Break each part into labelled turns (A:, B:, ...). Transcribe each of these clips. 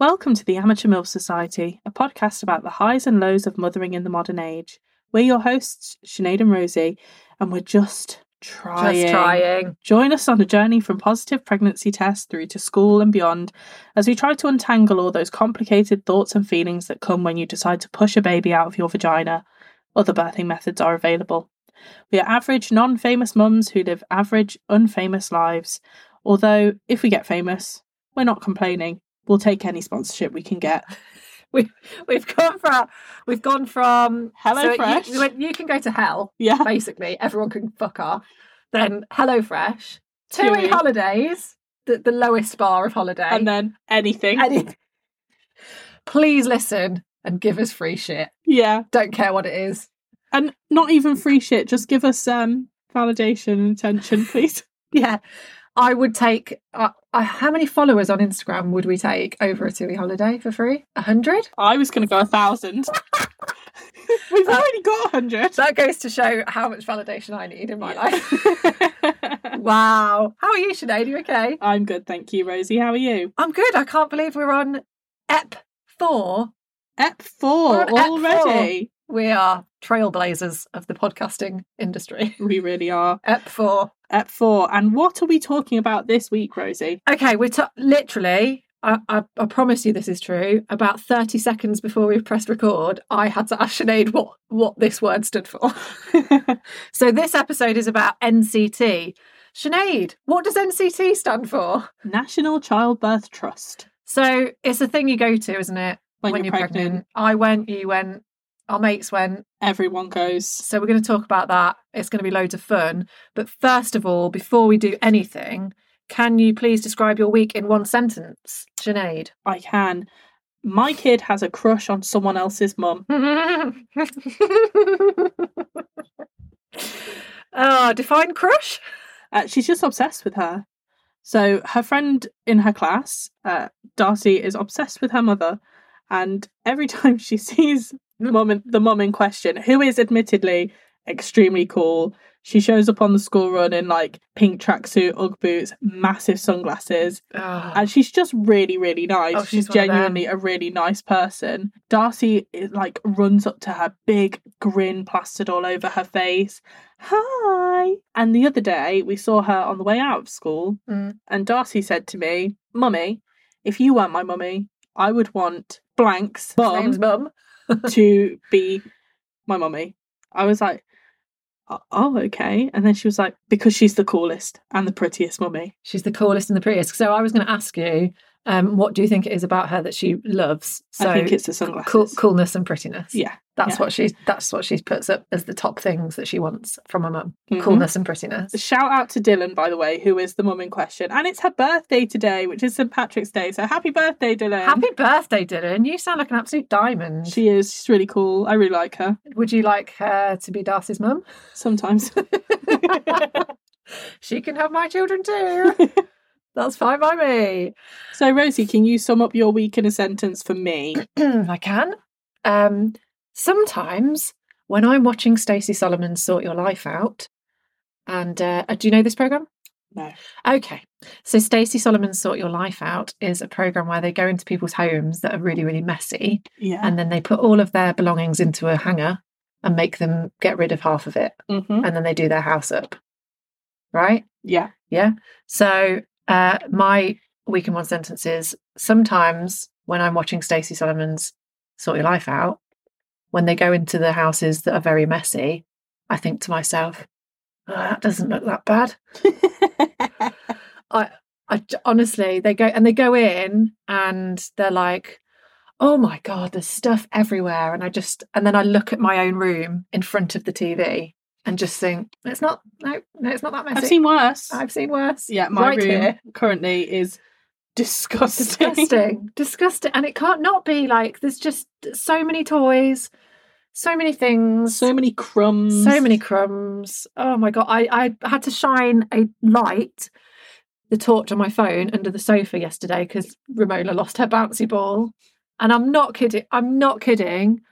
A: Welcome to the Amateur MILF Society, a podcast about the highs and lows of mothering in the modern age. We're your hosts, Sinead and Rosie, and we're just trying.
B: Just trying.
A: Join us on a journey from positive pregnancy tests through to school and beyond as we try to untangle all those complicated thoughts and feelings that come when you decide to push a baby out of your vagina. Other birthing methods are available. We are average, non famous mums who live average, unfamous lives. Although, if we get famous, we're not complaining. We'll take any sponsorship we can get.
B: We we've gone from we've gone from
A: Hello
B: so it-
A: Fresh.
B: You, we went, you can go to hell
A: Yeah.
B: basically. Everyone can fuck off. Then Hello Fresh, two
A: Two-week.
B: week holidays, the, the lowest bar of holiday.
A: And then anything.
B: Any- please listen and give us free shit.
A: yeah.
B: Don't care what it is.
A: And not even free shit. Just give us um validation and attention, please.
B: Yeah, I would take. Uh, uh, how many followers on Instagram would we take over a two week holiday for free? A hundred.
A: I was going to go a thousand. We've
B: Uh,
A: already got a hundred.
B: That goes to show how much validation I need in my life. Wow. How are you, Sinead? You okay?
A: I'm good, thank you, Rosie. How are you?
B: I'm good. I can't believe we're on Ep 4.
A: Ep 4
B: We're on ep
A: already.
B: We are trailblazers of the podcasting industry.
A: We really are.
B: Ep 4.
A: Ep 4. And what are we talking about this week, Rosie?
B: Okay, we're ta literally, I, I, I promise you this is true, about 30 seconds before we pressed record, I had to ask Sinead what, what this word stood for. so this episode is about NCT. Sinead, what does NCT stand for?
A: National Childbirth Trust.
B: So it's a thing you go to, isn't it?
A: When, you're, pregnant,
B: I went, you went, our mates went.
A: everyone goes.
B: So we're going to talk about that. It's going to be loads of fun. But first of all, before we do anything, can you please describe your week in one sentence, Sinead?
A: I can. My kid has a crush on someone else's mum.
B: Ah, define crush.
A: Uh, she's just obsessed with her. So her friend in her class, uh, Darcy, is obsessed with her mother, and every time she sees the mum in, the mum in question, who is admittedly extremely cool, she shows up on the school run in like pink tracksuit, UGG boots, massive sunglasses, and she's just really, really nice.
B: Oh,
A: she's
B: she's one of them.
A: genuinely a really nice person. Darcy eh, like runs up to her, big grin plastered all over her face. Hi. And the other day we saw her on the way out of school,
B: Mm.
A: and Darcy said to me, "Mummy, if you weren't my mummy, I would want blank's
B: His name's
A: mum
B: Mum.
A: to be my mummy." I was like. "Oh, Oh, okay. And then she was like, because she's the coolest and the prettiest mummy.
B: She's the coolest and the prettiest. So I was going to ask you, um, what do you think it is about her that she loves? So
A: I think it's the
B: cool-
A: sunglasses.
B: coolness and prettiness.
A: Yeah.
B: That's
A: Yeah.
B: what she that's what she puts up as the top things that she wants from a mum.
A: Mhm.
B: Coolness and prettiness.
A: Shout out to Dylan, by the way, who is the mum in question. And it's her birthday today, which is St. Patrick's Day. So happy birthday, Dylan.
B: Happy birthday, Dylan. You sound like an absolute diamond.
A: She is. She's really cool. I really like her
B: Would you like her to be Darcy's mum?
A: sometimes.
B: she can have my children too. That's fine by me.
A: so, Rosie, can you sum up your week in a sentence for me?
B: I can. Um, sometimes when I'm watching Stacey Solomon sort your life out, and uh, do you know this program?
A: No.
B: Okay. So Stacey Solomon's Sort Your Life Out is a program where they go into people's homes that are really, really messy
A: Yeah.
B: and then they put all of their belongings into a hanger and make them get rid of half of it
A: hmm
B: and then they do their house up. Right?
A: Yeah.
B: Yeah. So uh my week in one sentence is sometimes when I'm watching Stacey Solomon's Sort Your Life Out, when they go into the houses that are very messy, I think to myself, "Oh, that doesn't look that bad. I j- honestly, they go and they go in and they're like, oh my God, there's stuff everywhere. And I just, and then I look at my own room in front of the TV and just think, it's not, no, no, it's not that messy.
A: I've seen worse.
B: I've seen worse.
A: Yeah, my
B: right
A: room
B: here.
A: currently is disgusting.
B: Disgusting. Disgusting. And it can't not be like, there's just so many toys, so many things.
A: So many crumbs.
B: So many crumbs. Oh my god! I, I had to shine a light, the torch on my phone under the sofa yesterday because Romola lost her bouncy ball, and I'm not kidding. I'm not kidding.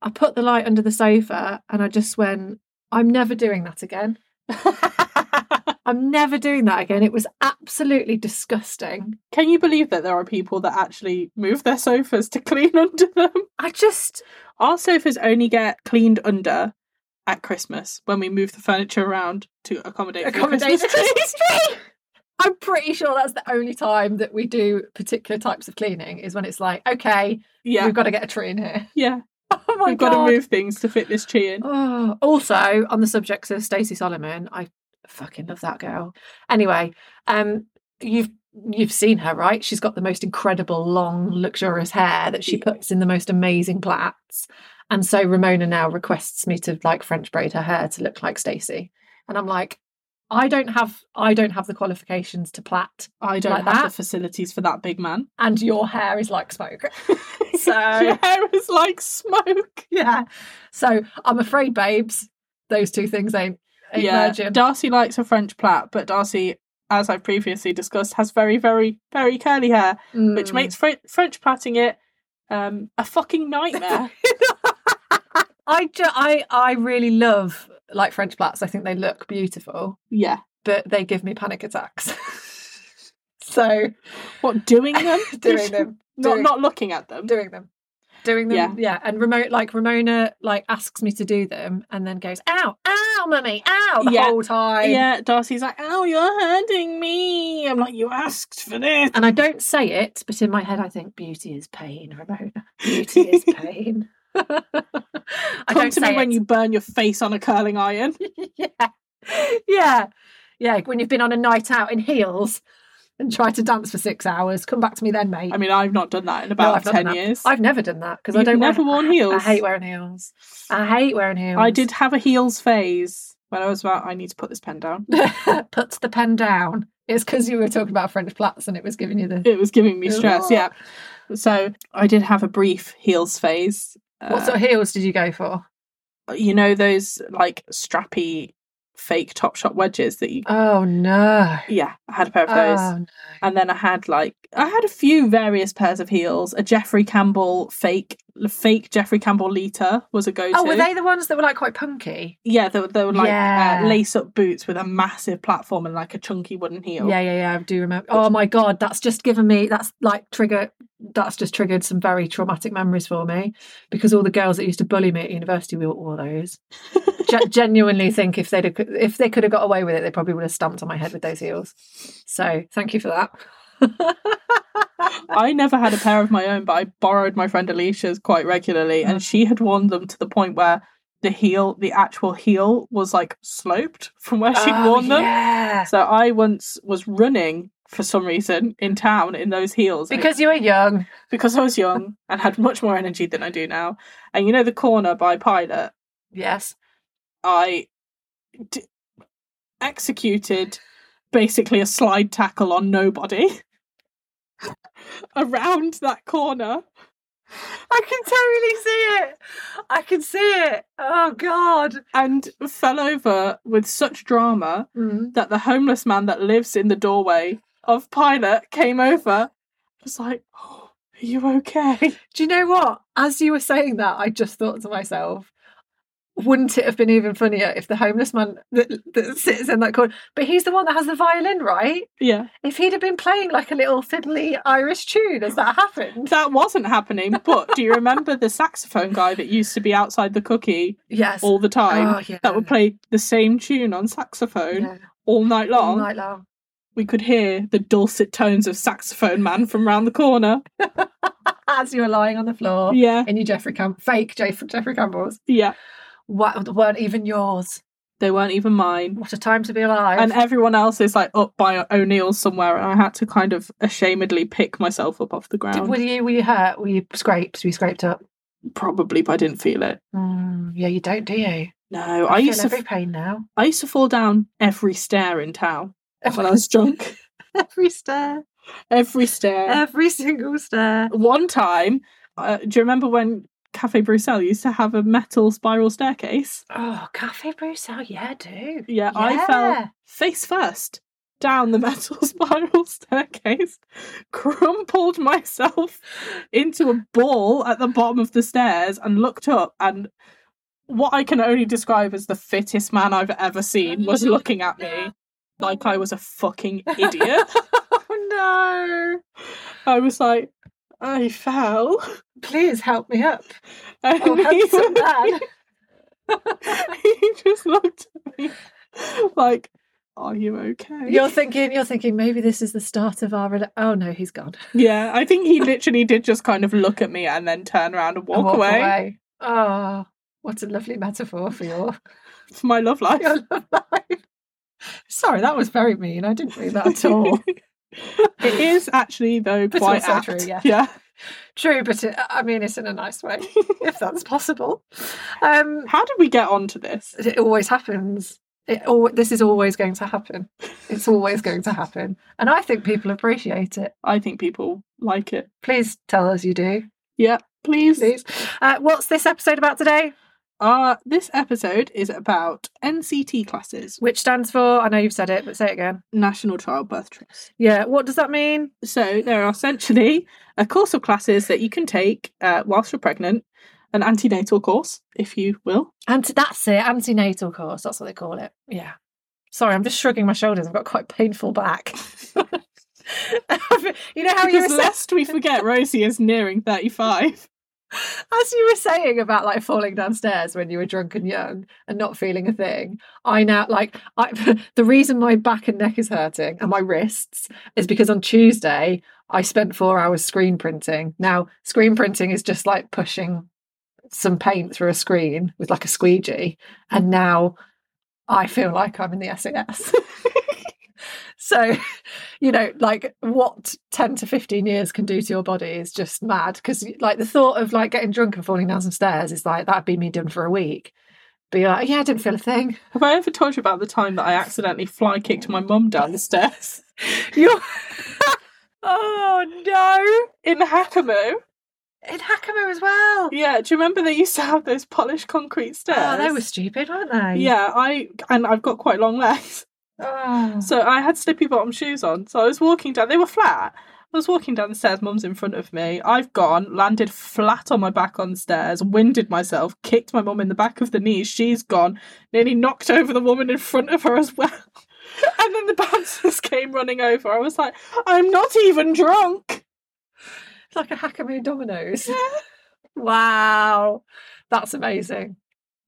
B: I put the light under the sofa and I just went, "I'm never doing that again." I'm never doing that again. It was absolutely disgusting.
A: Can you believe that there are people that actually move their sofas to clean under them?
B: I just
A: Our sofas only get cleaned under at Christmas when we move the furniture around to accommodate for the
B: accommodated
A: Christmas tree.
B: I'm pretty sure that's the only time that we do particular types of cleaning is when it's like, okay,
A: Yeah,
B: we've got to get a tree in here.
A: yeah.
B: Oh my
A: We've
B: god.
A: got to move things to fit this tree in.
B: Oh, also, on the subject of Stacey Solomon, I fucking love that girl. Anyway, um, you've you've seen her, right? She's got the most incredible, long, luxurious hair that she
A: Yeah.
B: puts in the most amazing plaits. And so Ramona now requests me to like French braid her hair to look like Stacey, and I'm like, I don't have I don't have the qualifications to plait,
A: I don't
B: Like
A: have the
B: that?
A: facilities for that big man.
B: and your hair is like smoke. So-
A: your hair is like smoke.
B: yeah. So I'm afraid, babes, those two things ain't, ain't merging.
A: Darcy likes a French plait, but Darcy, as I've previously discussed, has very, very, very curly hair, which
B: Mm.
A: makes Fre- French plaiting it um, a fucking nightmare.
B: I, ju- I I really love like French plaits. I think they look beautiful,
A: yeah.
B: but they give me panic attacks. so
A: What doing them?
B: doing them,
A: not
B: doing-
A: not looking at them.
B: doing them, doing them.
A: Yeah.
B: Yeah, and remote like Ramona like asks me to do them, and then goes ow ow mummy ow the
A: Yeah.
B: whole time.
A: yeah, Darcy's like, "Oh, you're hurting me." I'm like, "You asked for this."
B: And I don't say it, but in my head I think beauty is pain, Ramona. Beauty is pain. I
A: Come
B: don't
A: to me
B: say
A: when
B: it.
A: you burn your face on a curling iron.
B: yeah. Yeah. Yeah. When you've been on a night out in heels and tried to dance for six hours, come back to me then, mate.
A: I mean, I've not done that in about
B: I've not done
A: ten
B: that.
A: years.
B: I've never done that because I
A: You've
B: don't
A: never
B: wear,
A: worn
B: I-
A: heels?
B: I hate wearing heels. I hate wearing heels.
A: I did have a heels phase when I was about. I need to put this pen down.
B: Put the pen down. It's because you were talking about French plaits and it was giving you the.
A: It was giving me stress. Yeah. So I did have a brief heels phase.
B: What sort of heels did you go for?
A: Uh, you know those like strappy fake top shop wedges that you.
B: Oh no!
A: Yeah, I had a pair of those.
B: Oh no!
A: And then I had like I had a few various pairs of heels. A Jeffrey Campbell fake fake Jeffrey Campbell Lita was a go to.
B: Oh, were they the ones that were like quite punky?
A: Yeah, they, were- they were like
B: Yeah.
A: uh, lace up boots with a massive platform and like a chunky wooden heel.
B: Yeah, yeah, yeah. I do remember. Oh my god, that's just given me. That's like trigger. That's just triggered some very traumatic memories for me because all the girls that used to bully me at university, we all wore those. Ge- genuinely think if they'd have, if they could have got away with it, they probably would have stamped on my head with those heels. So thank you for that.
A: I never had a pair of my own, but I borrowed my friend Alicia's quite regularly, and she had worn them to the point where the heel, the actual heel, was like sloped from where she'd
B: Oh,
A: worn them.
B: yeah.
A: So I once was running for some reason in town in those heels and it-
B: Because you were young.
A: because I was young and had much more energy than I do now. And you know the corner by Pilot,
B: Yes.
A: I d- executed basically a slide tackle on nobody around that corner.
B: I can totally see it. I can see it. Oh god.
A: and fell over with such drama
B: Mm.
A: that the homeless man that lives in the doorway of Pilot came over. Was like, oh, "Are you okay?"
B: Do you know what? As you were saying that, I just thought to myself, wouldn't it have been even funnier if the homeless man that, that sits in that corner, but he's the one that has the violin, right?
A: Yeah,
B: If he'd have been playing like a little fiddly Irish tune as that happened.
A: that wasn't happening. But do you remember the saxophone guy that used to be outside the cookie
B: Yes.
A: all the time?
B: Oh, yeah.
A: That would play the same tune on saxophone
B: Yeah.
A: all night long.
B: All night long.
A: We could hear the dulcet tones of saxophone man from round the corner.
B: As you were lying on the floor
A: Yeah,
B: in your Jeffrey Cam- fake Jeff- Jeffrey Campbell's,
A: yeah.
B: what, weren't even yours.
A: They weren't even mine.
B: What a time to be alive.
A: and everyone else is like up by O'Neill somewhere, and I had to kind of ashamedly pick myself up off the
B: Did,
A: ground.
B: were you were you hurt? Were you scraped? Were you scraped up?
A: Probably, but I didn't feel it.
B: Mm, yeah, you don't, do you?
A: No, I, used
B: feel
A: to
B: every pain now.
A: I used to fall down every stair in town when I was drunk.
B: every Um, stair,
A: Every stair.
B: every single stair.
A: One time, uh, do you remember when Cafe Bruxelles used to have a metal spiral staircase?
B: Oh, Cafe Bruxelles, yeah, I do.
A: Yeah, I fell
B: Yeah.
A: face first down the metal spiral staircase, crumpled myself into a ball at the bottom of the stairs, and looked up. And what I can only describe as the fittest man I've ever seen was looking at me like I was a fucking idiot.
B: Oh
A: I was like, I fell.
B: no! Please help me up.
A: And
B: Oh,
A: he-
B: handsome man.
A: he just looked at me like, "Are you okay?"
B: You're thinking. You're thinking. Maybe this is the start of our. rela- oh no, he's gone.
A: Yeah, I think he literally did just kind of look at me and then turn around and walk,
B: And
A: away.
B: Oh, what a lovely metaphor for your,
A: It's my love life.
B: your love life. Sorry, that was very mean. I didn't mean that at all.
A: it is actually though
B: But
A: quite
B: also
A: apt.
B: true, yeah.
A: yeah.
B: True, but it, I mean it's in a nice way, if that's possible. Um,
A: How did we get onto this?
B: it always happens. It al- this is always going to happen. It's always going to happen, and I think people appreciate it.
A: I think people like it.
B: Please tell us you do.
A: Yeah, please.
B: Please. Uh, what's this episode about today?
A: Uh, this episode is about NCT classes,
B: Which stands for? I know you've said it, but say it again.
A: National Childbirth Trust.
B: Yeah. What does that mean?
A: So there are essentially a course of classes that you can take uh, whilst you're pregnant, an antenatal course, if you will.
B: Anti- that's it. Antenatal course. That's what they call it. Yeah. Sorry, I'm just shrugging my shoulders. I've got quite painful back. you know how you were
A: because
B: saying,
A: lest we forget, Rosie is nearing 35.
B: as you were saying about like falling downstairs when you were drunk and young and not feeling a thing. I now like I the reason my back and neck is hurting and my wrists is because on Tuesday I spent four hours screen printing. Now screen printing is just like pushing some paint through a screen with like a squeegee, and now I feel like I'm in the SAS. so, you know, like what 10 to 15 years can do to your body is just mad. Because, like, the thought of like getting drunk and falling down some stairs is like, that'd be me done for a week. Be like, yeah, I didn't feel a thing.
A: Have I ever told you about the time that I accidentally fly kicked my mum down the stairs
B: You're. oh, no.
A: in Hakamo?
B: In Hakamo as well.
A: Yeah, do you remember they used to have those polished concrete stairs?
B: Oh, they were stupid, weren't they?
A: Yeah, I and I've got quite long legs.
B: Oh.
A: So I had slippy bottom shoes on. So I was walking down. They were flat. I was walking down the stairs. Mum's in front of me. I've gone, landed flat on my back on the stairs, winded myself, kicked my mum in the back of the knee. She's gone, nearly knocked over the woman in front of her as well. And then the bouncers came running over. I was like, I'm not even drunk.
B: It's like a Hackamore Dominoes. wow, that's amazing.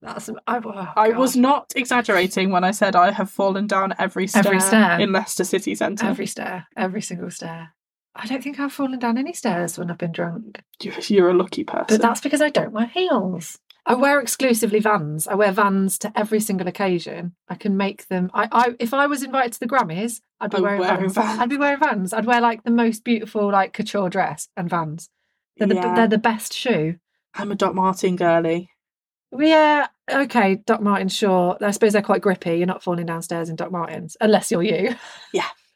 B: That's am- I, oh,
A: I
B: God.
A: was not exaggerating when I said I have fallen down every stair,
B: Every stair.
A: in Leicester City Centre.
B: every stair, every single stair. I don't think I've fallen down any stairs when I've been drunk,
A: You- You're a lucky person.
B: but that's because I don't wear heels.
A: Mm-hmm.
B: I wear exclusively Vans. I wear Vans to every single occasion. I can make them. I, I if I was invited to the Grammys, I'd be
A: I'm
B: wearing,
A: Oh, wearing
B: Vans.
A: Vans.
B: I'd be wearing Vans. I'd wear like the most beautiful like couture dress and Vans. They're the,
A: Yeah.
B: they're the best shoe.
A: I'm a Doc Martin girly.
B: Well, Yeah, okay, Doc Martens, sure. I suppose they're quite grippy. You're not falling downstairs in Doc Martens, unless you're you.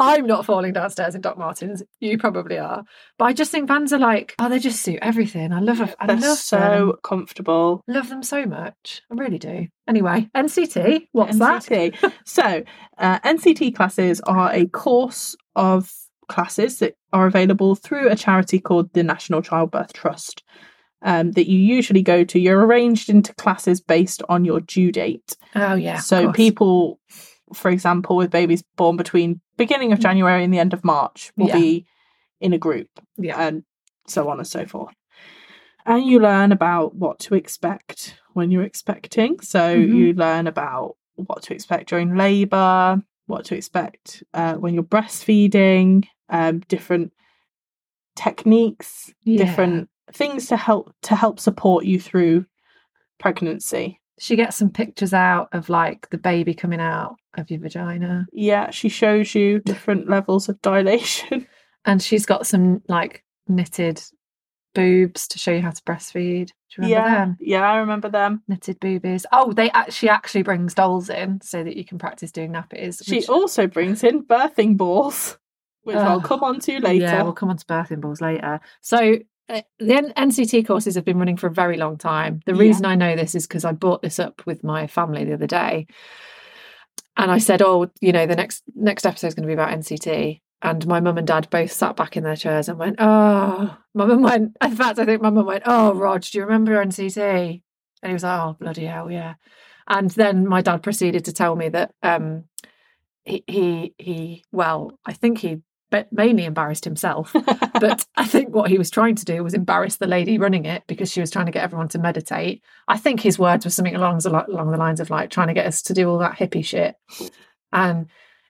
B: I'm not falling downstairs in Doc Martens. You probably are. But I just think Vans are like, oh, they just suit everything. I love, I
A: They're
B: love
A: so
B: them.
A: comfortable.
B: Love them so much. I really do. Anyway, NCT, what's that?
A: NCT. so, uh, NCT classes are a course of classes that are available through a charity called the National Childbirth Trust um, that you usually go to. You're arranged into classes based on your due date.
B: Oh yeah. of
A: so,
B: course.
A: people, for example, with babies born between beginning of January and the end of March will
B: Mm. Yeah.
A: be in a group.
B: yeah.
A: and so on and so forth. And you learn about what to expect when you're expecting. So
B: Mhm.
A: you learn about what to expect during labor, what to expect uh, when you're breastfeeding, um, different techniques,
B: Yeah.
A: different things to help to help support you through pregnancy.
B: She gets some pictures out of like the baby coming out of your vagina,
A: Yeah, she shows you different levels of dilation.
B: and she's got some like knitted boobs to show you how to breastfeed. Do you remember
A: yeah,
B: them?
A: yeah, I remember them.
B: knitted boobies. Oh, they actually actually brings dolls in so that you can practice doing nappies.
A: She
B: which-
A: also brings in birthing balls, which I'll
B: Ugh.
A: come on to later.
B: Yeah, we'll come on to birthing balls later. So uh, the N- NCT courses have been running for a very long time. The
A: Yeah.
B: reason I know this is because I brought this up with my family the other day, and I said, "Oh, you know, the next next episode is going to be about NCT." And my mum and dad both sat back in their chairs and went, "Oh." My mum went. In fact, I think my mum went, "Oh, Rog, do you remember NCT?" And he was like, "Oh, bloody hell, yeah." And then my dad proceeded to tell me that um, he, he, he, well, I think he ba- mainly embarrassed himself, but I think what he was trying to do was embarrass the lady running it because she was trying to get everyone to meditate. I think his words were something along the, li- along the lines of like trying to get us to do all that hippie shit. And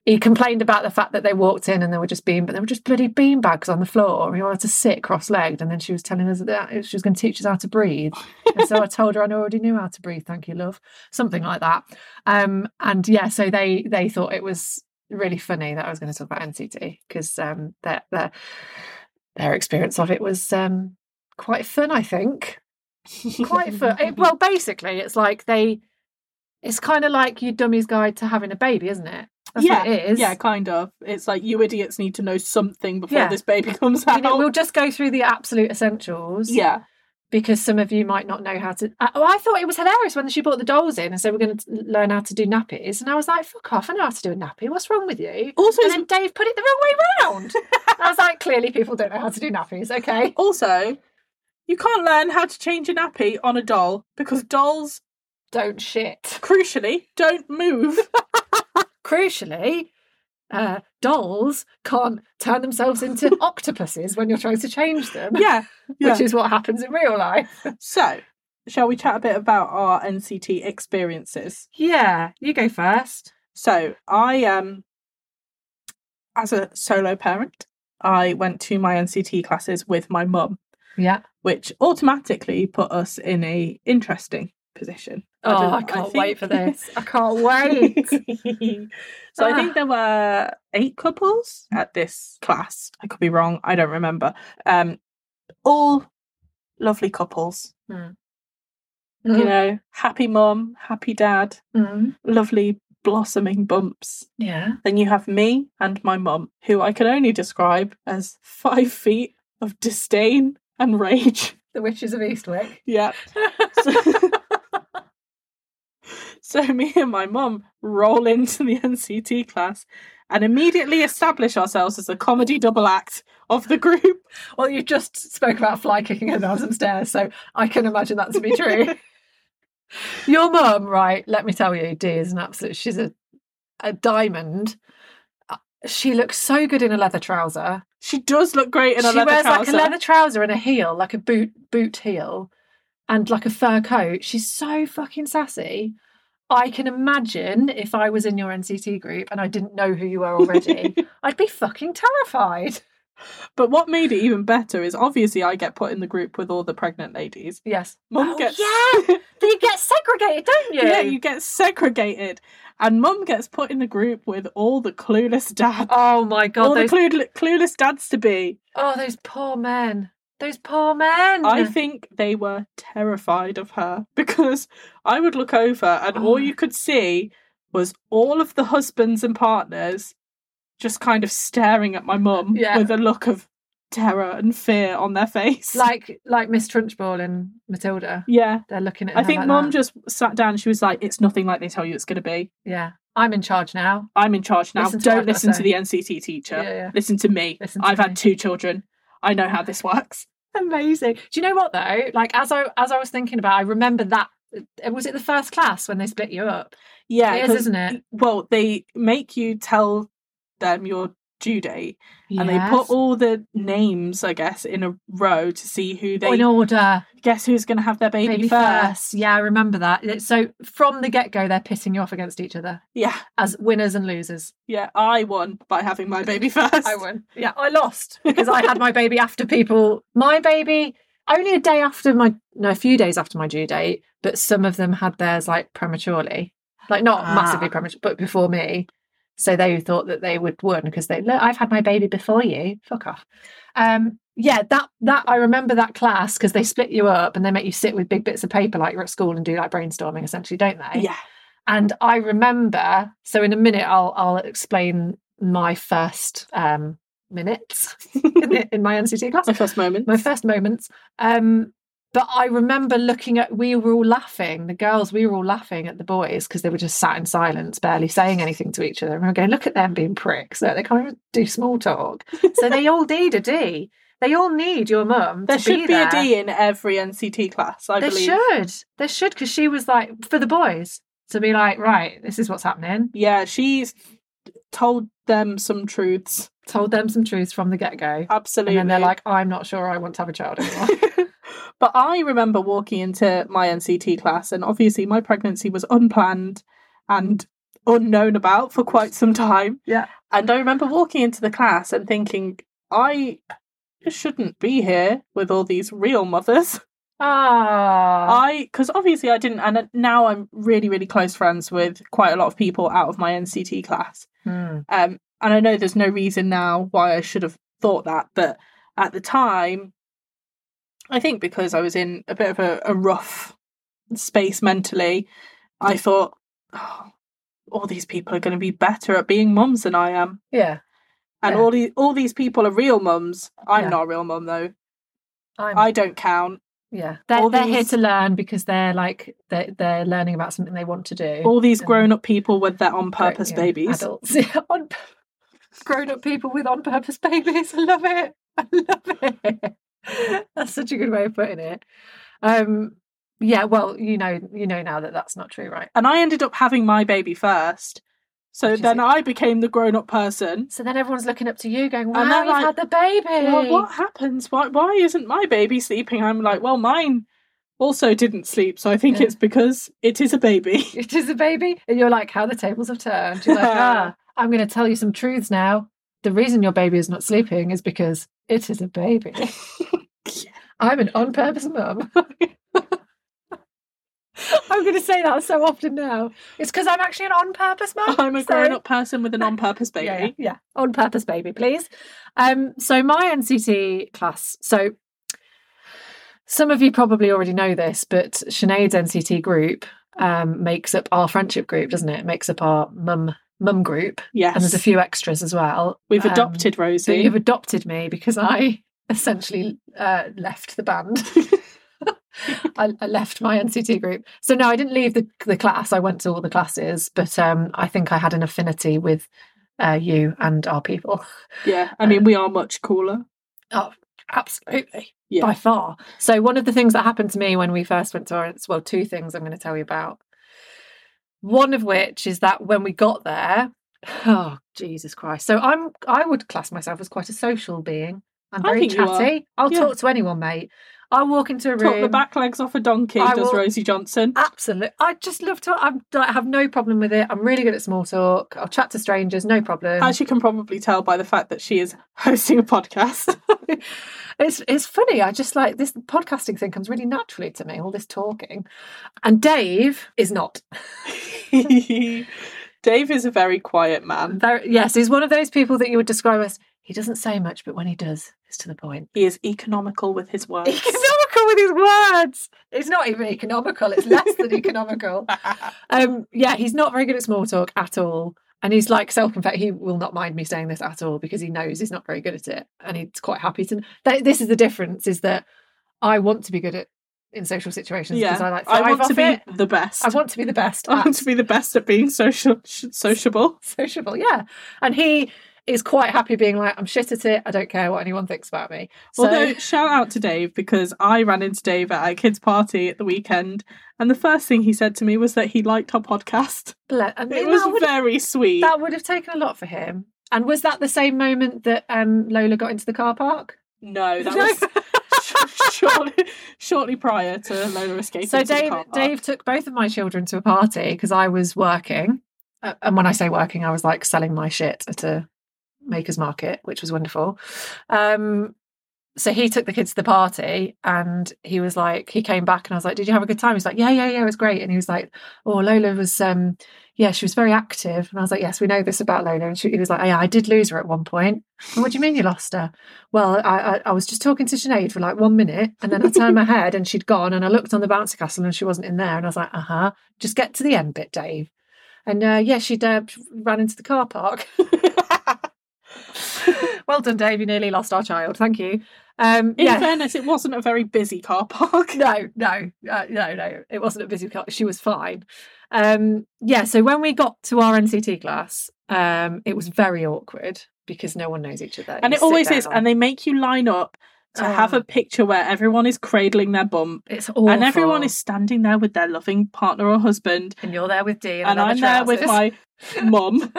B: he complained about the fact that they walked in and they were just bean, but they were just bloody bean bags on the floor. We all had to sit cross-legged, and then she was telling us that she was going to teach us how to breathe. and so I told her I already knew how to breathe. Thank you, love. Something like that. Um, and yeah, so they they thought it was really funny that I was going to talk about NCT because um, their their their experience of it was um, quite fun. I think quite fun. It, well, basically, it's like they. It's kind of like your dummy's guide to having a baby, isn't it? That's
A: yeah,
B: what it is.
A: yeah, kind of. It's like you idiots need to know something before
B: Yeah.
A: this baby comes out.
B: You know, we'll just go through the absolute essentials.
A: yeah,
B: Because some of you might not know how to. I, oh, I thought it was hilarious when she brought the dolls in and said, We're going to learn how to do nappies. And I was like, Fuck off. I know how to do a nappy. What's wrong with you?
A: Also,
B: And
A: it's-
B: then Dave put it the wrong way round. And I was like, Clearly, people don't know how to do nappies. Okay.
A: also, you can't learn how to change a nappy on a doll because dolls,
B: Don't shit.
A: crucially, don't move.
B: Crucially, uh, dolls can't turn themselves into octopuses when you're trying to change them,
A: yeah, yeah.
B: which is what happens in real life.
A: so, shall we chat a bit about our NCT experiences?
B: Yeah. You go first.
A: So I um as a solo parent, I went to my NCT classes with my mum,
B: Yeah.
A: which automatically put us in a interesting position.
B: Oh,
A: don't-
B: I can't
A: think-
B: wait for this. I can't wait.
A: so I
B: Oh, Ah.
A: think there were eight couples at this class. I could be wrong. I don't remember. Um, all lovely couples. You know, happy mum, happy dad,
B: Mm.
A: lovely blossoming bumps.
B: Yeah.
A: Then you have me and my mum, who I can only describe as five feet of disdain and rage.
B: The Witches of Eastwick.
A: Yeah. So, so me and my mum roll into the NCT class and immediately establish ourselves as a comedy double act of the group.
B: well, you just spoke about fly kicking a thousand stairs, so I can imagine that to be true. Your mum, right? Let me tell you, Dee is an absolute. She's a a diamond. Uh, She looks so good in a leather trouser.
A: She does look great in a
B: she
A: leather
B: wears
A: trouser.
B: like a leather trouser and a heel, like a boot boot heel, and like a fur coat. She's so fucking sassy. I can imagine if I was in your NCT group and I didn't know who you were already, I'd be fucking terrified.
A: But what made it even better is obviously I get put in the group with all the pregnant ladies.
B: Yes.
A: Mum
B: oh,
A: gets
B: Yeah. Then you get segregated, don't you?
A: yeah, you get segregated, and Mum gets put in the group with all the clueless dads,
B: Oh my god,
A: all
B: those
A: the cluel- clueless dads to be.
B: oh those poor men. Those poor men.
A: I think they were terrified of her because I would look over and
B: Oh.
A: all you could see was all of the husbands and partners just kind of staring at my mum
B: Yeah.
A: with a look of terror and fear on their face.
B: like like Miss Trunchbull and Matilda.
A: yeah.
B: They're looking at
A: I
B: her
A: think
B: like
A: mum
B: that.
A: just sat down. She was like, "It's nothing like they tell you it's going to be.
B: Yeah. I'm in charge now.
A: I'm in charge now.
B: Listen to what
A: Don't
B: I've got to
A: listen to
B: say."
A: the NCT teacher.
B: Yeah, yeah.
A: Listen to me.
B: Listen to
A: I've
B: me."
A: had two children. I know how this works."
B: Amazing. Do you know what though? Like as I as I was thinking about, I remember that uh, was it the first class when they split you up?
A: Yeah,
B: it is,
A: 'cause-
B: isn't it?
A: Well, they make you tell them your due date, and they
B: Yes.
A: put all the names, I guess, in a row to see who
B: in
A: they
B: order
A: guess who's going to have their baby,
B: Oh, baby
A: first.
B: first. Yeah, I remember that. It- So from the get go, they're pitting you off against each other
A: Yeah,
B: as winners and losers.
A: yeah. I won by having my baby first.
B: won. Yeah, I lost because I had my baby after people. My baby only a day after my no, a few days after my due date, but some of them had theirs like prematurely, like not
A: Ah.
B: massively premature, but before me. So they thought that they would win because they look. I've had my baby before you. Fuck off. Um, yeah, that that I remember that class because they split you up and they make you sit with big bits of paper like you're at school and do like brainstorming essentially, don't they?
A: Yeah,
B: and I remember. So in a minute, I'll I'll explain my first um, minutes in, the- in my NCT class,
A: my first moment.
B: my first moments. Um, but I remember looking at. We were all laughing. The girls, we were all laughing at the boys because they were just sat in silence, barely saying anything to each other. And we were going, "Look at them being pricks. Look, They can't even do small talk." so they all need a D. They all need your mum.
A: There
B: to
A: should be,
B: there.
A: a D in every NCT class. I
B: They
A: believe.
B: should. They should because she was like for the boys. to be like, right, this is what's happening.
A: Yeah, she's told them some truths.
B: Told them some truths from the get go.
A: Absolutely.
B: And then they're like, I'm not sure I want to have a child anymore.
A: but I remember walking into my NCT class, and obviously my pregnancy was unplanned and unknown about for quite some time.
B: Yeah.
A: And I remember walking into the class and thinking, I shouldn't be here with all these real mothers.
B: Ah.
A: I because obviously I didn't, and now I'm really, really close friends with quite a lot of people out of my NCT class.
B: Hmm.
A: Um, and I know there's no reason now why I should have thought that, but at the time, I think because I was in a bit of a, a rough space mentally, I thought, oh, all these people are going to be better at being mums than I am,
B: Yeah.
A: and
B: Yeah.
A: all these all these people are real mums. I'm
B: Yeah.
A: not a real mum though.
B: I'm,
A: I don't count.
B: yeah. They're,
A: all
B: they're here
A: these-
B: to learn because they're like, they're, they're learning about something they want to do.
A: All these
B: Um,
A: grown up people with their on
B: Grown-
A: purpose
B: yeah,
A: babies.
B: Adults. on, grown up people with on purpose babies. I love it. I love it. That's such a good way of putting it. Um, yeah, well, you know, you know now that that's not true, right?
A: and I ended up having my baby first. So
B: Which is
A: then
B: it.
A: I became the grown up person.
B: So then everyone's looking up to you, going, "Wow,
A: And they're
B: you've
A: like,
B: had the baby."
A: Well, what happens? Why why isn't my baby sleeping? I'm like, well, mine also didn't sleep, so I think
B: Yeah.
A: it's because it is a baby.
B: It is a baby, and you're like, "How the tables have turned." You're like, "Ah, I'm going to tell you some truths now. The reason your baby is not sleeping is because it is a baby." I'm an on purpose mum. I'm going to say that so often now. It's because I'm actually an on purpose mum.
A: I'm a
B: Oh, so-
A: grown up person with an on purpose baby.
B: Yeah, yeah, yeah. on purpose, baby, please. Um, so my NCT class. So some of you probably already know this, but Sinead's NCT group um, makes up our friendship group, doesn't it? It makes up our mum mum group, and there's
A: Yes.
B: a few extras as well.
A: We've
B: Um,
A: adopted
B: so
A: Rosie.
B: you've adopted me because I essentially uh, left the band. I, I left my NCT group. So no, I didn't leave the, the class. I went to all the classes, but um, I think I had an affinity with uh, you and our people.
A: yeah.
B: um,
A: I mean, we are much cooler.
B: Oh, absolutely.
A: Yeah.
B: By far. So one of the things that happened to me when we first went to Orange, well, two things I'm going to tell you about. One of which is that when we got there, oh Jesus Christ. So I'm I would class myself as quite a social being. I'm
A: I
B: very
A: think you are.
B: chatty. I'll
A: Yeah.
B: talk to anyone, mate. I'll walk into a room.
A: Top the back legs off a donkey,
B: I
A: does
B: will-
A: Rosie Johnson.
B: Absolutely. I just love to I'm I have no problem with it. I'm really good at small talk. I'll chat to strangers, no problem.
A: As you can probably tell by the fact that she is hosting a podcast.
B: it's it's funny. I just like this podcasting thing comes really naturally to me. All this talking, and Dave is not.
A: Dave is a very quiet man.
B: Very, yes, he's one of those people that you would describe as he doesn't say much, but when he does, it's to the point.
A: He is economical with his words.
B: Economical with his words. It's not even economical. It's less than economical. Um, yeah, he's not very good at small talk at all. And he's like self-confessed. He will not mind me saying this at all because he knows he's not very good at it, and he's quite happy to. Th- this is the difference: is that I want to be good at in social situations because I like. thrive
A: want to
B: off
A: be
B: it.
A: the best.
B: I want to be the best.
A: I want
B: at
A: to be the best at being social, sh- sociable.
B: sociable, yeah. And he is quite happy being like, I'm shit at it. I don't care what anyone thinks about me. So,
A: Although, shout out to Dave because I ran into Dave at our kids' party at the weekend, and the first thing he said to me was that he liked our podcast.
B: ble- I mean,
A: It was
B: that, would,
A: very sweet.
B: that would have taken a lot for him. And was that the same moment that um, Lola got into the car park?
A: No, that
B: No.
A: was shortly, shortly prior to Lola escaping.
B: so
A: to the
B: Dave,
A: car park.
B: Dave took both of my children to a party because I was working, Uh, and when I say working, I was like selling my shit at a maker's market, which was wonderful. Um, so he took the kids to the party, and he was like, he came back, and I was like, "Did you have a good time?" He's like, "Yeah, yeah, yeah, it was great." And he was like, "Oh, Lola was, um, yeah, she was very active." And I was like, "Yes, we know this about Lola." And she, he was like, "Oh, "Yeah, I did lose her at one point." And what do you mean you lost her? Well, I, I, I was just talking to Sinead for like one minute and then I turned my head and she'd gone and I looked on the bouncy castle and she wasn't in there. And I was like, uh huh, just get to the end bit, Dave. And uh, yeah, she'd uh, ran into the car park. well done, Dave. You nearly lost our child. Thank you. Um,
A: In
B: yeah.
A: fairness, it wasn't a very busy car park.
B: No, no, uh, no, no. It wasn't a busy class. She was fine. Um, yeah. So when we got to our NCT class, um, it was very awkward because no one knows each other.
A: and
B: You
A: it
B: sit
A: always
B: down
A: is.
B: on-
A: And they make you line up to have
B: Oh.
A: a picture where everyone is cradling their bum
B: It's awful.
A: and everyone is standing there with their loving partner or husband,
B: And you're there with Dean.
A: and I'm there with my mum